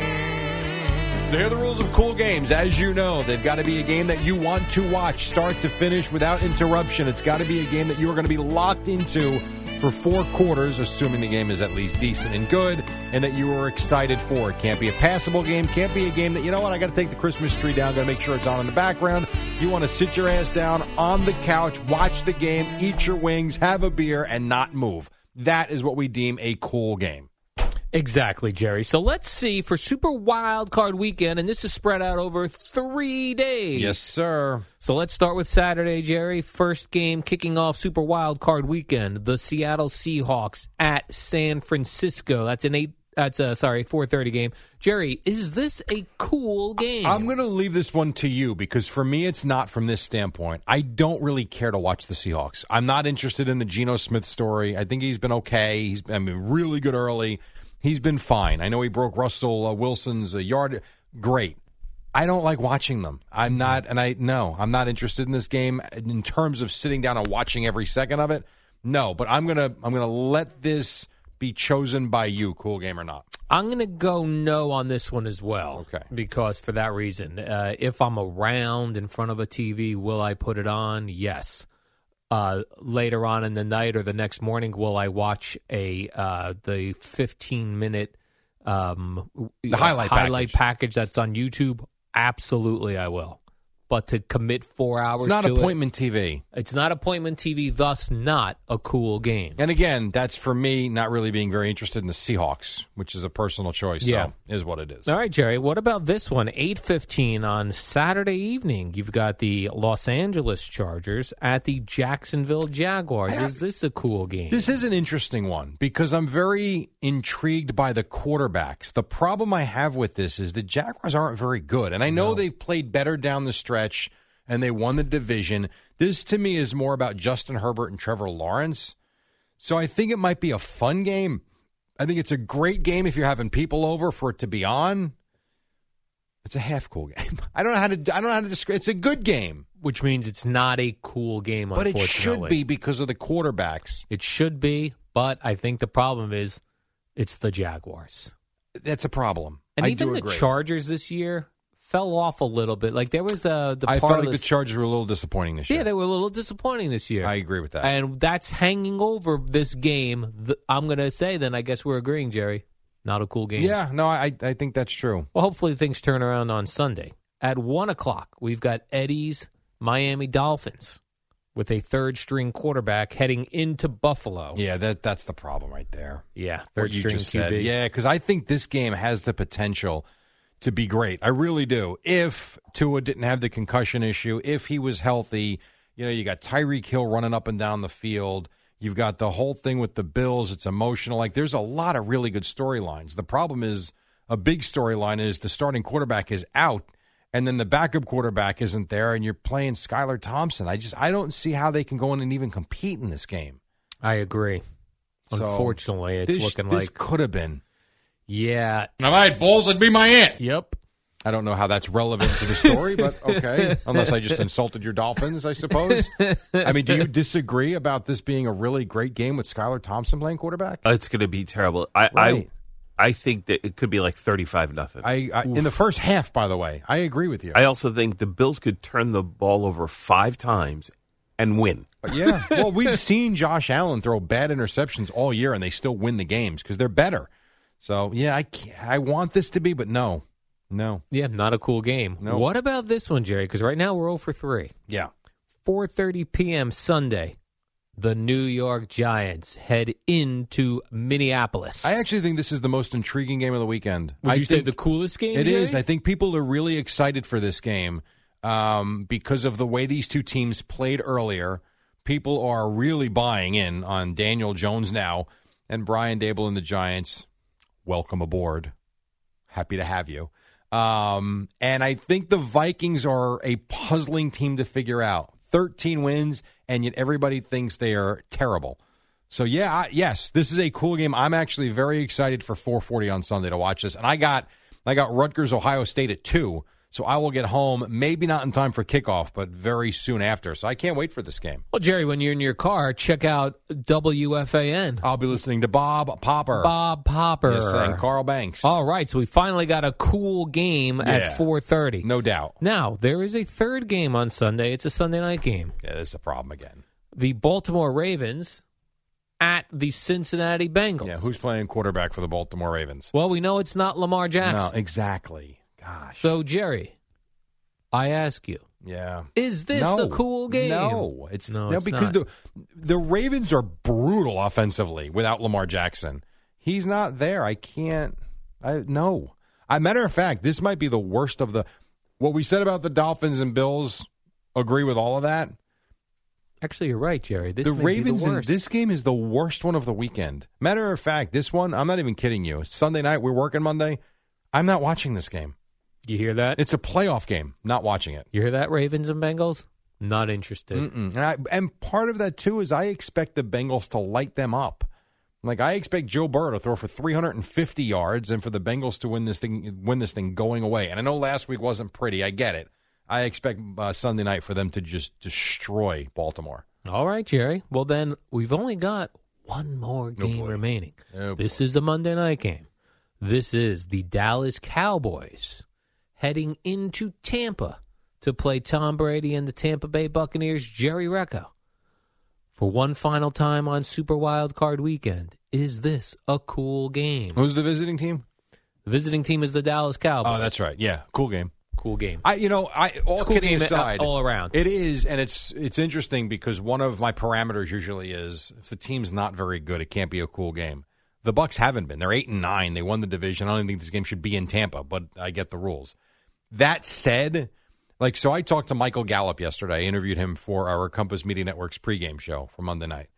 [SPEAKER 6] So here are the rules of cool games. As you know, they've got to be a game that you want to watch, start to finish, without interruption. It's got to be a game that you are going to be locked into for four quarters, assuming the game is at least decent and good, and that you are excited for. It can't be a passable game. Can't be a game that you know what? I got to take the Christmas tree down. Got to make sure it's on in the background. You want to sit your ass down on the couch, watch the game, eat your wings, have a beer, and not move. That is what we deem a cool game.
[SPEAKER 7] Exactly, Jerry. So let's see for Super Wild Card Weekend, and this is spread out over three days.
[SPEAKER 6] sir.
[SPEAKER 7] So let's start with Saturday, Jerry. First game kicking off Super Wild Card Weekend: the Seattle Seahawks at San Francisco. That's an eight. That's a sorry, four thirty game. Jerry, is this a cool game?
[SPEAKER 6] I'm going to leave this one to you because for me, it's not from this standpoint. I don't really care to watch the Seahawks. I'm not interested in the Geno Smith story. I think he's been okay. He's I mean, really good early. He's been fine. I know he broke Russell uh, Wilson's uh, yard. Great. I don't like watching them. I'm not, and I no, I'm not interested in this game in terms of sitting down and watching every second of it. No, but I'm gonna I'm gonna let this be chosen by you. Cool game or not?
[SPEAKER 7] I'm going to go no on this one as well.
[SPEAKER 6] Okay.
[SPEAKER 7] Because for that reason, uh, if I'm around in front of a TV, will I put it on? Yes. Uh, later on in the night or the next morning, will I watch a uh, the 15 minute um,
[SPEAKER 6] highlight
[SPEAKER 7] highlight
[SPEAKER 6] package.
[SPEAKER 7] package that's on YouTube? Absolutely, I will. but to commit four hours
[SPEAKER 6] It's not
[SPEAKER 7] to it-
[SPEAKER 6] appointment TV.
[SPEAKER 7] it's not appointment TV, thus not a cool game.
[SPEAKER 6] And again, that's for me not really being very interested in the Seahawks, which is a personal choice.
[SPEAKER 7] Yeah.
[SPEAKER 6] So is what it is.
[SPEAKER 7] All right, Jerry. What about this one? Eight fifteen on Saturday evening. You've got the Los Angeles Chargers at the Jacksonville Jaguars. Is this a cool game?
[SPEAKER 6] This is an interesting one because I'm very intrigued by the quarterbacks. The problem I have with this is the Jaguars aren't very good. And I know they've played better down the stretch and they won the division. This to me is more about Justin Herbert and Trevor Lawrence. So I think it might be a fun game. I think it's a great game if you're having people over for it to be on. It's a half cool game. [laughs] I don't know how to I don't know how to describe it's a good game,
[SPEAKER 7] which means it's not a cool game.
[SPEAKER 6] but it should
[SPEAKER 7] unfortunately.
[SPEAKER 6] be because of the quarterbacks.
[SPEAKER 7] It should be, but I think the problem is it's the Jaguars.
[SPEAKER 6] That's a problem.
[SPEAKER 7] And
[SPEAKER 6] I
[SPEAKER 7] even
[SPEAKER 6] do
[SPEAKER 7] the
[SPEAKER 6] agree.
[SPEAKER 7] Chargers this year fell off a little bit. Like there was a the
[SPEAKER 6] I
[SPEAKER 7] part
[SPEAKER 6] felt
[SPEAKER 7] of
[SPEAKER 6] like the Chargers were a little disappointing this year.
[SPEAKER 7] Yeah, they were a little disappointing this year.
[SPEAKER 6] I agree with that.
[SPEAKER 7] and that's hanging over this game. Th- I'm going to say then I guess we're agreeing, Jerry. Not a cool game.
[SPEAKER 6] yeah, no, I I think that's true.
[SPEAKER 7] Well, hopefully things turn around on Sunday. At 1 o'clock, we've got Eddie's Miami Dolphins with a third string quarterback heading into Buffalo.
[SPEAKER 6] Yeah, that that's the problem right there.
[SPEAKER 7] Yeah,
[SPEAKER 6] What
[SPEAKER 7] third
[SPEAKER 6] you
[SPEAKER 7] string
[SPEAKER 6] just said.
[SPEAKER 7] QB.
[SPEAKER 6] Yeah, because I think this game has the potential to be great. I really do. If Tua didn't have the concussion issue, if he was healthy, you know, you got Tyreek Hill running up and down the field. You've got the whole thing with the Bills. It's emotional. Like there's a lot of really good storylines. The problem is a big storyline is the starting quarterback is out. And then the backup quarterback isn't there, and you're playing Skylar Thompson. I just I don't see how they can go in and even compete in this game.
[SPEAKER 7] I agree.
[SPEAKER 6] So,
[SPEAKER 7] Unfortunately, it's
[SPEAKER 6] this,
[SPEAKER 7] looking
[SPEAKER 6] this
[SPEAKER 7] like
[SPEAKER 6] could have been
[SPEAKER 7] yeah,
[SPEAKER 6] all right, Bulls would be my aunt.
[SPEAKER 7] yep.
[SPEAKER 6] I don't know how that's relevant to the story,
[SPEAKER 7] [laughs]
[SPEAKER 6] but okay. Unless I just insulted your Dolphins, I suppose. I mean, do you disagree about this being a really great game with Skylar Thompson playing quarterback?
[SPEAKER 10] It's going to be terrible. I,
[SPEAKER 6] Right.
[SPEAKER 10] I I think that it could be like thirty-five nothing. I,
[SPEAKER 6] I, I in the first half, by the way, I agree with you.
[SPEAKER 10] also think the Bills could turn the ball over five times and win.
[SPEAKER 7] [laughs]
[SPEAKER 6] yeah. Well, we've seen Josh Allen throw bad interceptions all year, and they still win the games because they're better. So yeah, I can't, I want this to be, but no, no,
[SPEAKER 7] Yeah, not a cool game.
[SPEAKER 6] No.
[SPEAKER 7] What about this one, Jerry? Because right now we're 0 for 3.
[SPEAKER 6] yeah.
[SPEAKER 7] 4.30 p.m. Sunday, the New York Giants head into Minneapolis.
[SPEAKER 6] I actually think this is the most intriguing game of the weekend.
[SPEAKER 7] Would
[SPEAKER 6] I
[SPEAKER 7] you say
[SPEAKER 6] think-
[SPEAKER 7] the coolest game,
[SPEAKER 6] It
[SPEAKER 7] Jerry?
[SPEAKER 6] is. I think people are really excited for this game um, because of the way these two teams played earlier. People are really buying in on Daniel Jones now and Brian Dable and the Giants. Welcome aboard. Happy to have you. Um, and I think the Vikings are a puzzling team to figure out. 13 wins, and yet everybody thinks they are terrible. So yeah, I, yes, this is a cool game. I'm actually very excited for 4:40 on Sunday to watch this. And I got I got Rutgers Ohio State at 2, so I will get home maybe not in time for kickoff, but very soon after. So I can't wait for this game.
[SPEAKER 7] Well, Jerry, when you're in your car, check out WFAN.
[SPEAKER 6] I'll be listening to Bob Popper,
[SPEAKER 7] Bob Popper.
[SPEAKER 6] Yes, and Carl Banks.
[SPEAKER 7] All right, so we finally got a cool game
[SPEAKER 6] Yeah.
[SPEAKER 7] at 4.30.
[SPEAKER 6] No doubt.
[SPEAKER 7] Now, there is a third game on Sunday. It's a Sunday night game.
[SPEAKER 6] Yeah, this is a problem again.
[SPEAKER 7] The Baltimore Ravens at the Cincinnati Bengals.
[SPEAKER 6] Yeah, who's playing quarterback for the Baltimore Ravens?
[SPEAKER 7] Well, we know it's not Lamar Jackson.
[SPEAKER 6] No, exactly. Gosh.
[SPEAKER 7] So, Jerry, I ask you,
[SPEAKER 6] yeah.
[SPEAKER 7] is this
[SPEAKER 6] no,
[SPEAKER 7] a cool game?
[SPEAKER 6] No, it's
[SPEAKER 7] No,
[SPEAKER 6] no,
[SPEAKER 7] it's
[SPEAKER 6] because
[SPEAKER 7] not.
[SPEAKER 6] the the Ravens are brutal offensively without Lamar Jackson. He's not there. I can't. I no. I matter of fact, this might be the worst of the. What we said about the Dolphins and Bills. Agree with all of that.
[SPEAKER 7] Actually, you're right, Jerry. This
[SPEAKER 6] the
[SPEAKER 7] may
[SPEAKER 6] Ravens
[SPEAKER 7] be the
[SPEAKER 6] in
[SPEAKER 7] worst.
[SPEAKER 6] this game is the worst one of the weekend. Matter of fact, this one I'm not even kidding you. It's Sunday night. We're working Monday. I'm not watching this game.
[SPEAKER 7] You hear that?
[SPEAKER 6] It's a playoff game. Not watching it.
[SPEAKER 7] You hear that, Ravens and Bengals? Not interested.
[SPEAKER 6] Mm-mm. And, I, and part of that too is I expect the Bengals to light them up. Like I expect Joe Burrow to throw for 350 yards and for the Bengals to win this thing win this thing going away. And I know last week wasn't pretty. I get it. I expect uh, Sunday night for them to just destroy Baltimore.
[SPEAKER 7] All right, Jerry. Well, then we've only got one more game
[SPEAKER 6] boy.
[SPEAKER 7] remaining.
[SPEAKER 6] Oh,
[SPEAKER 7] this is a Monday night game. This is the Dallas Cowboys heading into Tampa to play Tom Brady and the Tampa Bay Buccaneers, Jerry Recco. For one final time on Super Wild Card Weekend, is this a cool game?
[SPEAKER 6] Who's the visiting team?
[SPEAKER 7] The visiting team is the Dallas Cowboys.
[SPEAKER 6] Oh, that's right. Yeah, cool game.
[SPEAKER 7] cool game.
[SPEAKER 6] I, you know, I all
[SPEAKER 7] School
[SPEAKER 6] kidding
[SPEAKER 7] game, uh,
[SPEAKER 6] aside,
[SPEAKER 7] all around.
[SPEAKER 6] it is, and it's it's interesting because one of my parameters usually is if the team's not very good, it can't be a cool game. The Bucks haven't been; they're eight and nine. They won the division. I don't think this game should be in Tampa, but I get the rules. That said, like so, I talked to Michael Gallup yesterday. I interviewed him for our Compass Media Network's pregame show for Monday night.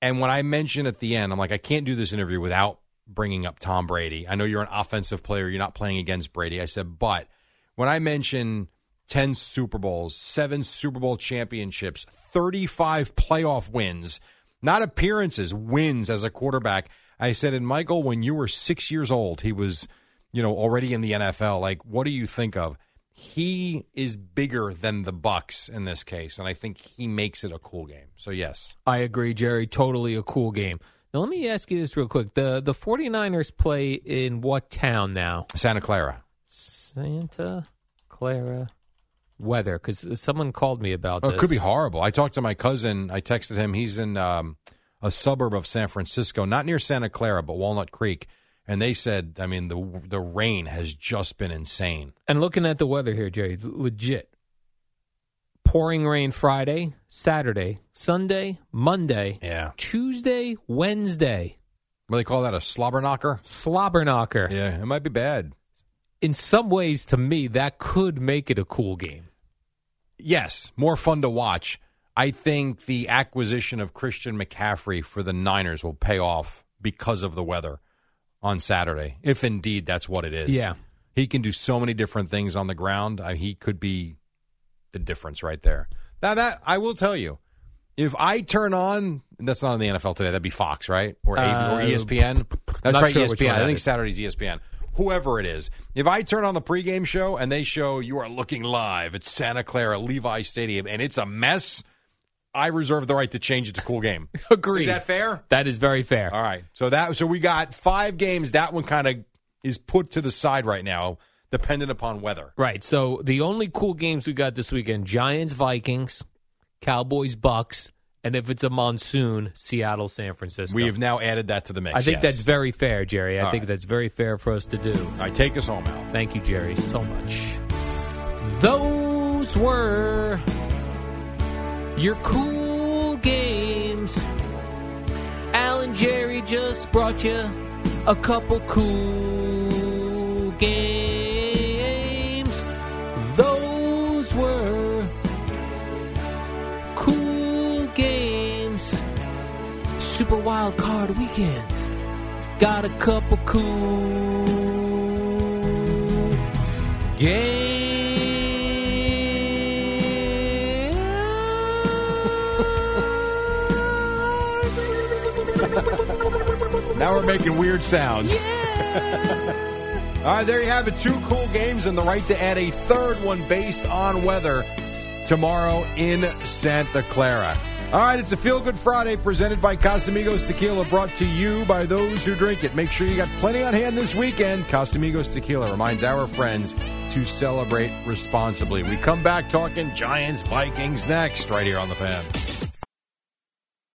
[SPEAKER 6] And when I mentioned at the end, I'm like, I can't do this interview without bringing up Tom Brady. I know you're an offensive player. You're not playing against Brady. I said, but when I mention 10 Super Bowls, seven Super Bowl championships, 35 playoff wins, not appearances, wins as a quarterback, I said, and Michael, when you were six years old, he was, you know, already in the NFL. Like, what do you think of? He is bigger than the Bucks in this case, and I think he makes it a cool game. So yes.
[SPEAKER 7] I agree, Jerry. Totally a cool game. Now let me ask you this real quick. The the 49ers play in what town now?
[SPEAKER 6] Santa Clara.
[SPEAKER 7] Santa Clara weather cuz someone called me about
[SPEAKER 6] Oh,
[SPEAKER 7] this.
[SPEAKER 6] it could be horrible. I talked to my cousin. I texted him. He's in um, a suburb of San Francisco, not near Santa Clara, but Walnut Creek. And they said, I mean, the the rain has just been insane.
[SPEAKER 7] And looking at the weather here, Jerry, l- legit. Pouring rain Friday, Saturday, Sunday, Monday,
[SPEAKER 6] Yeah.
[SPEAKER 7] Tuesday, Wednesday.
[SPEAKER 6] What do they call that? A slobber knocker?
[SPEAKER 7] Slobber knocker.
[SPEAKER 6] Yeah, it might be bad.
[SPEAKER 7] In some ways, to me, that could make it a cool
[SPEAKER 6] [laughs]
[SPEAKER 7] game.
[SPEAKER 6] Yes, more fun to watch. I think the acquisition of Christian McCaffrey for the Niners will pay off because of the weather on Saturday, if indeed that's what it is.
[SPEAKER 7] Yeah.
[SPEAKER 6] He can do so many different things on the ground. I, he could be the difference right there. Now that I will tell you, if I turn on that's not on the NFL today, that'd be Fox, right? Or, A- or E
[SPEAKER 7] Uh,
[SPEAKER 6] ESPN. That's E
[SPEAKER 7] not
[SPEAKER 6] right,
[SPEAKER 7] sure which
[SPEAKER 6] ESPN.
[SPEAKER 7] one
[SPEAKER 6] I
[SPEAKER 7] that
[SPEAKER 6] think
[SPEAKER 7] is.
[SPEAKER 6] Saturday's ESPN. Whoever it is, if I turn on the pregame show and they show you are looking live at Santa Clara Levi Stadium and it's a mess, I reserve the right to change it to cool
[SPEAKER 7] [laughs]
[SPEAKER 6] game.
[SPEAKER 7] Agreed.
[SPEAKER 6] Is that fair?
[SPEAKER 7] That is very fair.
[SPEAKER 6] All right. So that so we got five games. That one kind of is put to the side right now, dependent upon weather.
[SPEAKER 7] Right. So the only cool games we got this weekend Giants, Vikings, Cowboys, Bucks, and if it's a monsoon, Seattle, San Francisco.
[SPEAKER 6] We have now added that to the mix.
[SPEAKER 7] I think
[SPEAKER 6] yes.
[SPEAKER 7] that's very fair, Jerry. I
[SPEAKER 6] All
[SPEAKER 7] think
[SPEAKER 6] right.
[SPEAKER 7] that's very fair for us to do.
[SPEAKER 6] All right, take us home, Al.
[SPEAKER 7] Thank you, Jerry, so much. Those were your cool games. Al and Jerry just brought you a couple cool games. Those were cool games. Super Wild Card Weekend. It's got a couple cool
[SPEAKER 6] Now we're making weird sounds. [laughs] All right, there you have it. Two cool games and the right to add a third one based on weather tomorrow in Santa Clara. All right, it's a Feel Good Friday presented by Casamigos Tequila, brought to you by those who drink it. Make sure you got plenty on hand this weekend. Casamigos Tequila reminds our friends to celebrate responsibly. We come back talking Giants Vikings next, right here on the fan.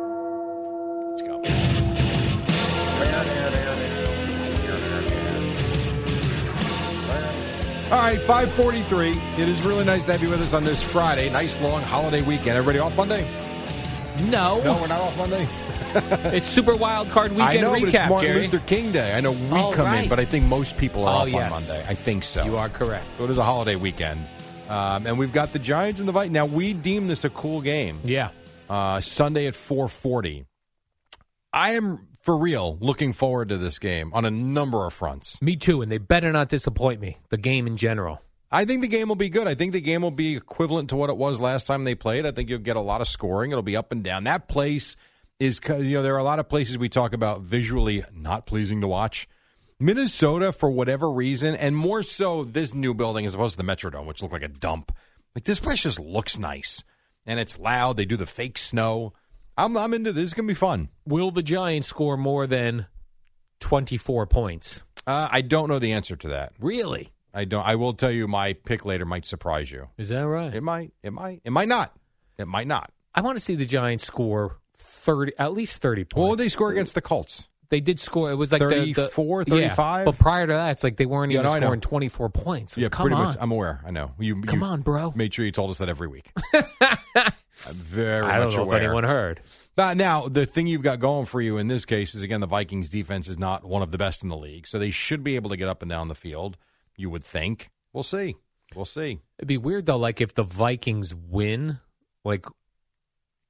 [SPEAKER 6] Let's go. All right, 543. It is really nice to have you with us on this Friday. Nice long holiday weekend. Everybody off Monday?
[SPEAKER 7] No,
[SPEAKER 6] No, we're not off Monday.
[SPEAKER 7] it's Super Wild Card Weekend
[SPEAKER 6] I know,
[SPEAKER 7] recap,
[SPEAKER 6] but it's Martin
[SPEAKER 7] Jerry.
[SPEAKER 6] Luther King Day. I know we
[SPEAKER 7] All
[SPEAKER 6] come in,
[SPEAKER 7] right.
[SPEAKER 6] but I think most people are
[SPEAKER 7] Oh,
[SPEAKER 6] off
[SPEAKER 7] yes.
[SPEAKER 6] on Monday. I think so.
[SPEAKER 7] You are correct.
[SPEAKER 6] So it is a holiday weekend. Um, and we've got the Giants and the Vikings. Now, we deem this a cool game.
[SPEAKER 7] Yeah.
[SPEAKER 6] uh, Sunday at 4:40. I am for real looking forward to this game on a number of fronts.
[SPEAKER 7] Me too, and they better not disappoint me. The game in general.
[SPEAKER 6] I think the game will be good. I think the game will be equivalent to what it was last time they played. I think you'll get a lot of scoring. It'll be up and down. That place is because you know there are a lot of places we talk about visually not pleasing to watch. Minnesota, for whatever reason, and more so this new building as opposed to the Metrodome, which looked like a dump. Like this place just looks nice, and it's loud. They do the fake snow. I'm I'm into this. It's gonna be fun.
[SPEAKER 7] Will the Giants score more than 24 points?
[SPEAKER 6] Uh, I don't know the answer to that.
[SPEAKER 7] Really?
[SPEAKER 6] I don't. I will tell you my pick later might surprise you.
[SPEAKER 7] Is that right?
[SPEAKER 6] It might. It might. It might not. It might not.
[SPEAKER 7] I want to see the Giants score 30 at least 30 points.
[SPEAKER 6] What would they score against the Colts?
[SPEAKER 7] They did score. It was like the,
[SPEAKER 6] 34,
[SPEAKER 7] the, yeah,
[SPEAKER 6] 35?
[SPEAKER 7] but prior to that, it's like they weren't
[SPEAKER 6] Yeah,
[SPEAKER 7] even
[SPEAKER 6] no, I know.
[SPEAKER 7] scoring 24 points. Like,
[SPEAKER 6] yeah,
[SPEAKER 7] come
[SPEAKER 6] pretty
[SPEAKER 7] on.
[SPEAKER 6] much. I'm aware. I know. You
[SPEAKER 7] come
[SPEAKER 6] you
[SPEAKER 7] on, bro.
[SPEAKER 6] Made sure you told us that every
[SPEAKER 7] [laughs]
[SPEAKER 6] week. I'm very
[SPEAKER 7] I don't
[SPEAKER 6] much
[SPEAKER 7] know
[SPEAKER 6] aware.
[SPEAKER 7] if anyone heard.
[SPEAKER 6] Now, now, the thing you've got going for you in this case is again the Vikings defense is not one of the best in the league, so they should be able to get up and down the field. You would think. We'll see. We'll see.
[SPEAKER 7] It'd be weird though, like if the Vikings win, like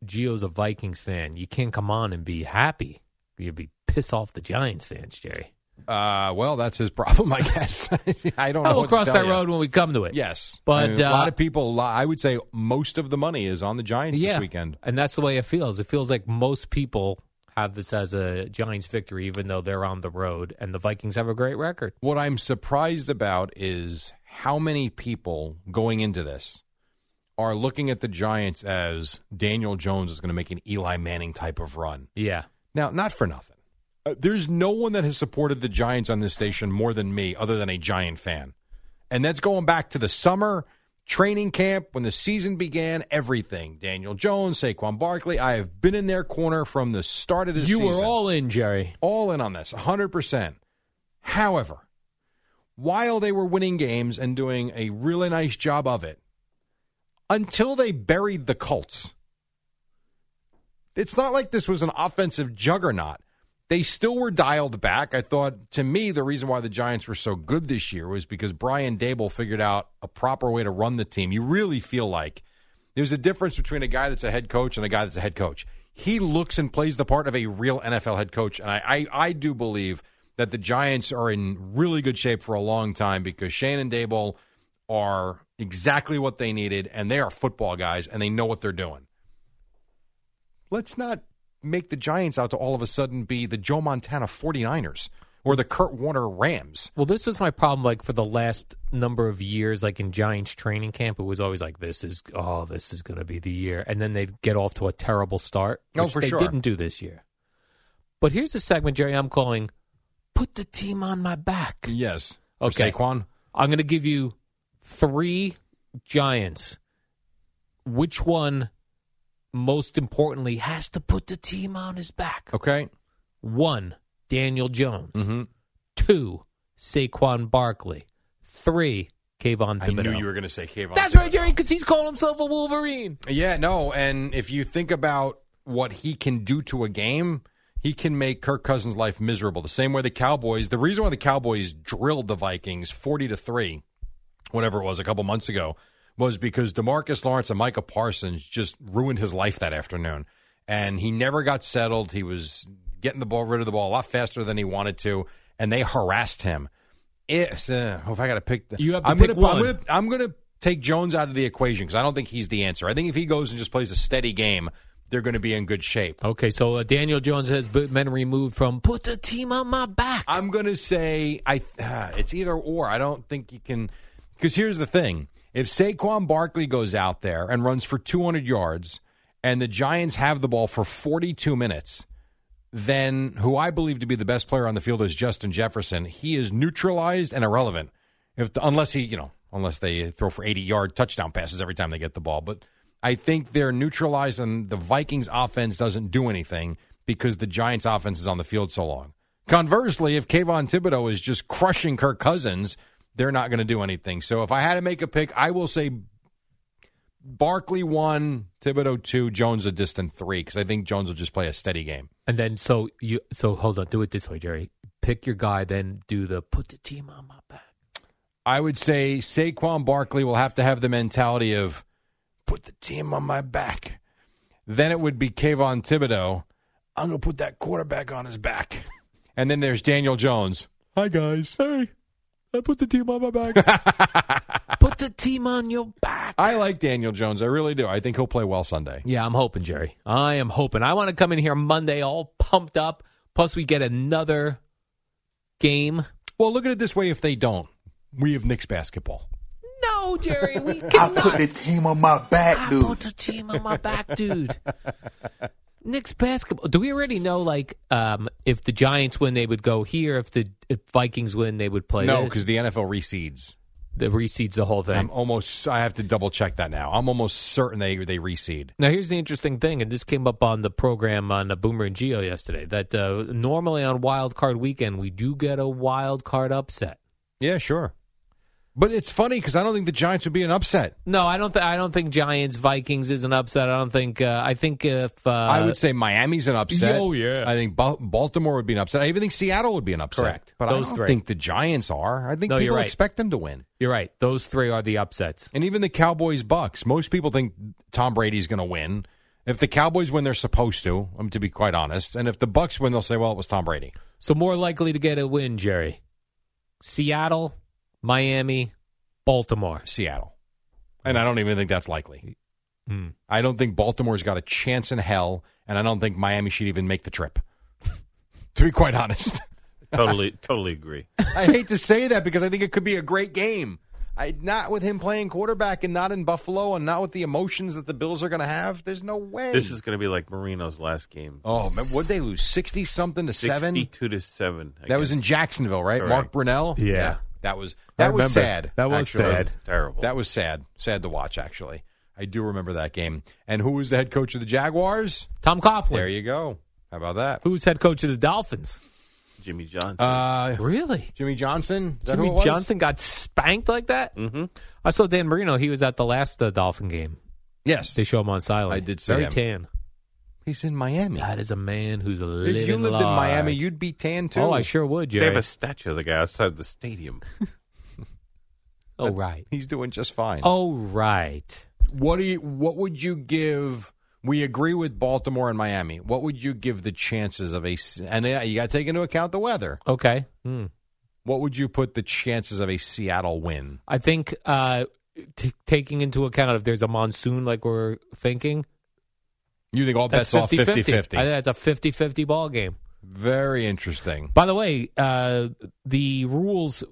[SPEAKER 7] Gio's a Vikings fan, you can't come on and be happy. You'd be piss off the Giants fans, Jerry.
[SPEAKER 6] Uh, well, that's his [laughs] problem, I guess. I don't know.
[SPEAKER 7] Oh,
[SPEAKER 6] what
[SPEAKER 7] we'll
[SPEAKER 6] to
[SPEAKER 7] cross
[SPEAKER 6] tell
[SPEAKER 7] that
[SPEAKER 6] you.
[SPEAKER 7] road when we come to it.
[SPEAKER 6] Yes,
[SPEAKER 7] But,
[SPEAKER 6] I mean, a lot
[SPEAKER 7] uh,
[SPEAKER 6] of people. li- I would say most of the money is on the Giants this weekend.
[SPEAKER 7] And that's the way it feels. It feels like most people have this as a Giants victory, even though they're on the road and the Vikings have a great record.
[SPEAKER 6] What I'm surprised about is how many people going into this are looking at the Giants as Daniel Jones is going to make an Eli Manning type of run.
[SPEAKER 7] Yeah.
[SPEAKER 6] Now, not for nothing. Uh, there's no one that has supported the Giants on this station more than me, other than a Giant fan. And that's going back to the summer training camp when the season began, everything. Daniel Jones, Saquon Barkley. I have been in their corner from the start of this
[SPEAKER 7] you
[SPEAKER 6] season.
[SPEAKER 7] were all in, Jerry.
[SPEAKER 6] all in on this, 100%. However, while they were winning games and doing a really nice job of it, until they buried the Colts, it's not like this was an offensive juggernaut. They still were dialed back. I thought, to me, the reason why the Giants were so good this year was because Brian Dable figured out a proper way to run the team. You really feel like there's a difference between a guy that's a head coach and a guy that's a head coach. He looks and plays the part of a real NFL head coach, and I, I, I do believe that the Giants are in really good shape for a long time because Shane and Dable are exactly what they needed, and they are football guys, and they know what they're doing. Let's not make the Giants out to all of a sudden be the Joe Montana 49ers or the Kurt Warner Rams.
[SPEAKER 7] Well, this was my problem. Like for the last number of years, like in Giants training camp, it was always like, "This is oh, this is going to be the year," and then they'd get off to a terrible start.
[SPEAKER 6] Oh,
[SPEAKER 7] which
[SPEAKER 6] for
[SPEAKER 7] they
[SPEAKER 6] sure.
[SPEAKER 7] didn't do this year. But here's a segment, Jerry. I'm calling, "Put the team on my back."
[SPEAKER 6] Yes.
[SPEAKER 7] Okay.
[SPEAKER 6] Saquon?
[SPEAKER 7] I'm going to give you three Giants. Which one, most importantly, has to put the team on his back?
[SPEAKER 6] Okay.
[SPEAKER 7] One, Daniel Jones.
[SPEAKER 6] Mm-hmm.
[SPEAKER 7] Two, Saquon Barkley. Three, Kayvon
[SPEAKER 6] I
[SPEAKER 7] Thibodeau.
[SPEAKER 6] knew you were going to say Kayvon.
[SPEAKER 7] That's right, Jerry, because he's calling himself a Wolverine.
[SPEAKER 6] Yeah, no, and if you think about what he can do to a game, he can make Kirk Cousins' life miserable. The same way the Cowboys, the reason why the Cowboys drilled the Vikings 40 to 3, whatever it was a couple months ago, was because DeMarcus Lawrence and Micah Parsons just ruined his life that afternoon. And he never got settled. He was getting the ball rid of the ball a lot faster than he wanted to, and they harassed him. It's, uh, if I got to pick, the,
[SPEAKER 7] You have to
[SPEAKER 6] I'm
[SPEAKER 7] pick
[SPEAKER 6] gonna, I'm
[SPEAKER 7] one.
[SPEAKER 6] gonna- I'm going to take Jones out of the equation because I don't think he's the answer. I think if he goes and just plays a steady game, they're going to be in good shape.
[SPEAKER 7] Okay, so uh, Daniel Jones has been removed from put the team on my back.
[SPEAKER 6] I'm going to say I. Uh, it's either or. I don't think you can. Because here's the thing: if Saquon Barkley goes out there and runs for 200 yards, and the Giants have the ball for 42 minutes, then who I believe to be the best player on the field is Justin Jefferson. He is neutralized and irrelevant, if unless he you know unless they throw for 80 yard touchdown passes every time they get the ball. But I think they're neutralized, and the Vikings offense doesn't do anything because the Giants offense is on the field so long. Conversely, if Kayvon Thibodeau is just crushing Kirk Cousins, they're not going to do anything. So if I had to make a pick, I will say Barkley one, Thibodeau two, Jones a distant three because I think Jones will just play a steady game.
[SPEAKER 7] And then so you so hold on, do it this way, Jerry. Pick your guy, then do the put the team on my
[SPEAKER 6] [laughs]
[SPEAKER 7] back.
[SPEAKER 6] I would say Saquon Barkley will have to have the mentality of put the team on my back. Then it would be Kayvon Thibodeau. I'm going to put that quarterback on his back. And then there's Daniel Jones. Hi, guys. Hey.
[SPEAKER 7] I put the team on my back. put the team on your back.
[SPEAKER 6] I like Daniel Jones. I really do. I think he'll play well Sunday.
[SPEAKER 7] Yeah, I'm hoping, Jerry. I am hoping. I want to come in here Monday all pumped up. Plus, we get another game.
[SPEAKER 6] Well, look at it this way: if they don't, we have Knicks basketball.
[SPEAKER 7] No, Jerry, [laughs] we
[SPEAKER 11] I
[SPEAKER 7] cannot.
[SPEAKER 11] put the team on my back,
[SPEAKER 7] I put
[SPEAKER 11] dude.
[SPEAKER 7] the team on my back, dude. [laughs] Knicks basketball. Do we already know like um, if the Giants win, they would go here. If the if Vikings win, they would play.
[SPEAKER 6] no, because
[SPEAKER 7] because
[SPEAKER 6] the NFL reseeds.
[SPEAKER 7] the reseeds the whole thing.
[SPEAKER 6] I'm almost. I have to double check that now. I'm almost certain they they reseed.
[SPEAKER 7] Now, here's the interesting thing, and this came up on the program on uh, Boomer and Geo yesterday. That uh, normally on Wild Card Weekend, we do get a Wild Card upset.
[SPEAKER 6] Yeah, sure. But it's funny because I don't think the Giants would be an upset.
[SPEAKER 7] No, I don't. Th- I don't think Giants Vikings is an upset. I don't think. Uh, I think if uh,
[SPEAKER 6] I would say Miami's an upset.
[SPEAKER 7] Oh, yeah.
[SPEAKER 6] I think Ba- Baltimore would be an upset. I even think Seattle would be an upset.
[SPEAKER 7] Correct.
[SPEAKER 6] But
[SPEAKER 7] Those
[SPEAKER 6] I don't
[SPEAKER 7] three.
[SPEAKER 6] think the Giants are. I think
[SPEAKER 7] No, you're
[SPEAKER 6] people
[SPEAKER 7] right.
[SPEAKER 6] expect them to win.
[SPEAKER 7] you're right. Those three are the upsets.
[SPEAKER 6] And even the Cowboys Bucks. Most people think Tom Brady's going to win. If the Cowboys win, they're supposed to. Um, to be quite honest. And if the Bucks win, they'll say, "Well, it was Tom Brady."
[SPEAKER 7] So more likely to get a win, Jerry. Seattle, Miami, Baltimore.
[SPEAKER 6] Seattle. And I don't even think that's likely.
[SPEAKER 7] Hmm.
[SPEAKER 6] I don't think Baltimore's got a chance in hell, and I don't think Miami should even make the trip. [laughs] to be quite honest,
[SPEAKER 10] Totally, [laughs] totally agree.
[SPEAKER 6] I hate to say that because I think it could be a great game. I not with him playing quarterback and not in Buffalo and not with the emotions that the Bills are going to have. There's no way.
[SPEAKER 10] This is going to be like Marino's last game.
[SPEAKER 6] oh man, would they lose sixty something to seven?
[SPEAKER 10] Sixty-two to seven. I
[SPEAKER 6] That was in
[SPEAKER 10] guess.
[SPEAKER 6] Jacksonville, right? Mark
[SPEAKER 10] Correct.
[SPEAKER 6] Brunell.
[SPEAKER 7] Yeah.
[SPEAKER 6] that was
[SPEAKER 7] I
[SPEAKER 6] that was
[SPEAKER 7] remember.
[SPEAKER 6] sad.
[SPEAKER 7] That was
[SPEAKER 10] Actually,
[SPEAKER 7] sad.
[SPEAKER 10] Terrible.
[SPEAKER 6] That was sad. Sad to watch, actually. I do remember that game. And who was the head coach of the Jaguars?
[SPEAKER 7] Tom Coughlin,
[SPEAKER 6] There you go. How about that?
[SPEAKER 7] who's head coach of the Dolphins.
[SPEAKER 10] Jimmy Johnson.
[SPEAKER 6] Uh,
[SPEAKER 7] Really?
[SPEAKER 6] Jimmy Johnson. Is that who
[SPEAKER 7] Jimmy
[SPEAKER 6] it was?
[SPEAKER 7] Johnson got spanked like that.
[SPEAKER 10] mm-hmm.
[SPEAKER 7] I saw Dan Marino. He was at the last uh, Dolphin game.
[SPEAKER 6] Yes,
[SPEAKER 7] They show him on silent.
[SPEAKER 6] I did see
[SPEAKER 7] Very
[SPEAKER 6] him.
[SPEAKER 7] tan.
[SPEAKER 6] he's in Miami.
[SPEAKER 7] That is a man who's living
[SPEAKER 6] If you lived in
[SPEAKER 7] large.
[SPEAKER 6] Miami, you'd be tan too.
[SPEAKER 7] Oh, I sure would,
[SPEAKER 10] They have
[SPEAKER 7] Jerry.
[SPEAKER 10] a statue of the guy outside the stadium.
[SPEAKER 7] oh, right.
[SPEAKER 6] [laughs] He's doing just fine.
[SPEAKER 7] Oh, right.
[SPEAKER 6] What do you? What would you give? We agree with Baltimore and Miami. What would you give the chances of a? s- And uh, you got to take into account the weather.
[SPEAKER 7] Okay. Hmm.
[SPEAKER 6] What would you put the chances of a Seattle win?
[SPEAKER 7] I think uh, t- taking into account if there's a monsoon like we're thinking,
[SPEAKER 6] You think all
[SPEAKER 7] that's
[SPEAKER 6] bets off
[SPEAKER 7] 50-50.
[SPEAKER 6] 50-50.
[SPEAKER 7] I think that's a 50-50 ball game.
[SPEAKER 6] Very interesting.
[SPEAKER 7] By the way, uh, the rules,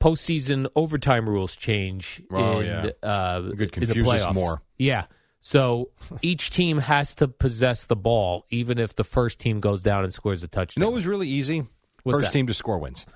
[SPEAKER 7] postseason overtime rules change.
[SPEAKER 6] Oh,
[SPEAKER 7] in,
[SPEAKER 6] yeah.
[SPEAKER 7] uh,
[SPEAKER 6] It could
[SPEAKER 7] in the
[SPEAKER 6] confuse us
[SPEAKER 7] playoffs.
[SPEAKER 6] more.
[SPEAKER 7] Yeah. So each team has to possess the ball, even if the first team goes down and scores a
[SPEAKER 6] You
[SPEAKER 7] touchdown.
[SPEAKER 6] know, it was really easy.
[SPEAKER 7] What's
[SPEAKER 6] First
[SPEAKER 7] that?
[SPEAKER 6] team to score wins.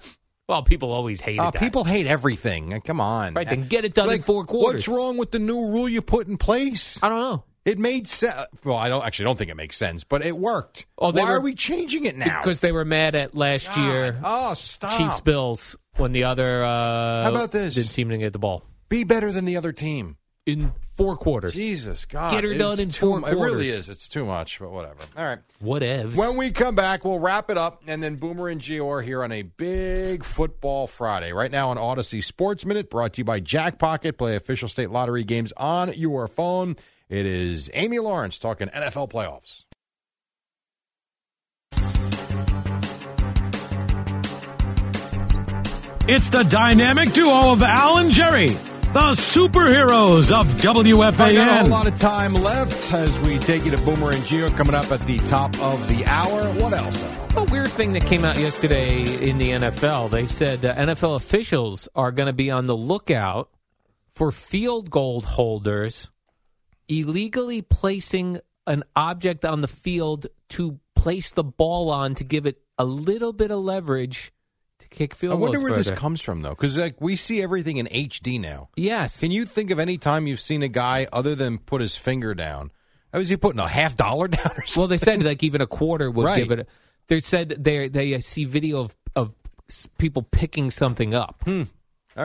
[SPEAKER 7] well, people always hated
[SPEAKER 6] Uh,
[SPEAKER 7] that.
[SPEAKER 6] people hate everything. Uh, Come on,
[SPEAKER 7] Right, then get it done in
[SPEAKER 6] Like,
[SPEAKER 7] four
[SPEAKER 6] What's
[SPEAKER 7] quarters.
[SPEAKER 6] wrong with the new rule you put in place?
[SPEAKER 7] I don't know.
[SPEAKER 6] It made sense. Well, I don't actually don't think it makes sense, but it worked.
[SPEAKER 7] Oh, they
[SPEAKER 6] Why
[SPEAKER 7] were-
[SPEAKER 6] are we changing it now?
[SPEAKER 7] Because they were mad at last
[SPEAKER 6] God.
[SPEAKER 7] year
[SPEAKER 6] Oh, stop.
[SPEAKER 7] Chiefs Bills when the other uh,
[SPEAKER 6] How about this?
[SPEAKER 7] didn't seem to get the ball
[SPEAKER 6] Be better than the other team.
[SPEAKER 7] in four quarters.
[SPEAKER 6] Jesus God,
[SPEAKER 7] Get her
[SPEAKER 6] it's
[SPEAKER 7] done in
[SPEAKER 6] too
[SPEAKER 7] four
[SPEAKER 6] mu- It really
[SPEAKER 7] quarters.
[SPEAKER 6] is. It's too much, but whatever. All right.
[SPEAKER 7] Whatevs.
[SPEAKER 6] When we come back, we'll wrap it up, and then Boomer and Geo are here on a big football Friday. Right now on Odyssey Sports Minute, brought to you by Jackpocket. Play official state lottery games on your phone. It is Amy Lawrence talking NFL playoffs.
[SPEAKER 5] It's the dynamic duo of Al and Jerry, the superheroes of
[SPEAKER 6] I got a whole
[SPEAKER 5] WFAN.
[SPEAKER 6] lot of time left as we take you to Boomer and Geo coming up at the top of the hour. What else? Al?
[SPEAKER 7] A weird thing that came out yesterday in the NFL. They said uh, NFL officials are going to be on the lookout for field goal holders illegally placing an object on the field to place the ball on to give it a little bit of leverage to kick field
[SPEAKER 6] I wonder
[SPEAKER 7] goals
[SPEAKER 6] where this
[SPEAKER 7] further.
[SPEAKER 6] comes from, though, because like we see everything in HD now.
[SPEAKER 7] Yes.
[SPEAKER 6] Can you think of any time you've seen a guy other than put his finger down? How is he putting a half dollar [laughs] down or something?
[SPEAKER 7] Well, they said like even a quarter would
[SPEAKER 6] Right.
[SPEAKER 7] give it. A, they said they they uh, see video of of s- people picking something up.
[SPEAKER 6] All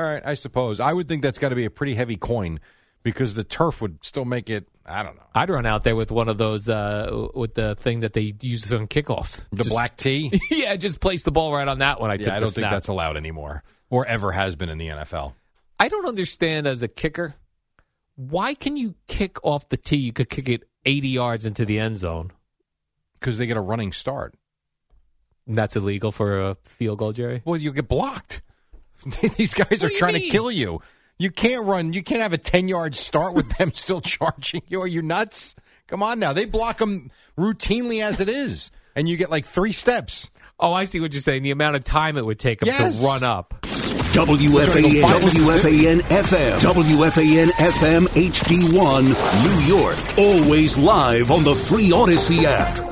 [SPEAKER 6] right, I suppose. I would think that's got to be a pretty heavy coin because the turf would still make it, I don't know,
[SPEAKER 7] I'd run out there with one of those uh, with the thing that they use on kickoffs.
[SPEAKER 6] the black [laughs] tee.
[SPEAKER 7] yeah, just [laughs] place the ball right on that one. I took
[SPEAKER 6] yeah, I
[SPEAKER 7] the
[SPEAKER 6] don't think
[SPEAKER 7] snap.
[SPEAKER 6] that's allowed anymore or ever has been in the NFL.
[SPEAKER 7] I don't understand as a kicker why can you kick off the tee? You could kick it eighty yards into the end zone.
[SPEAKER 6] Because they get a running start.
[SPEAKER 7] And that's illegal for a field goal, Jerry.
[SPEAKER 6] Well, you get blocked. [laughs] These guys are trying to kill you. You can't run. You can't have a 10 yard start with them [laughs] still charging you. Are you nuts? Come on now. They block them routinely as it is, and you get like three steps.
[SPEAKER 7] Oh, I see what you're saying. The amount of time it would take them
[SPEAKER 6] Yes.
[SPEAKER 7] to run up.
[SPEAKER 2] WFAN, WFAN FM, WFAN FM HD1, New York. Always live on the free Odyssey app.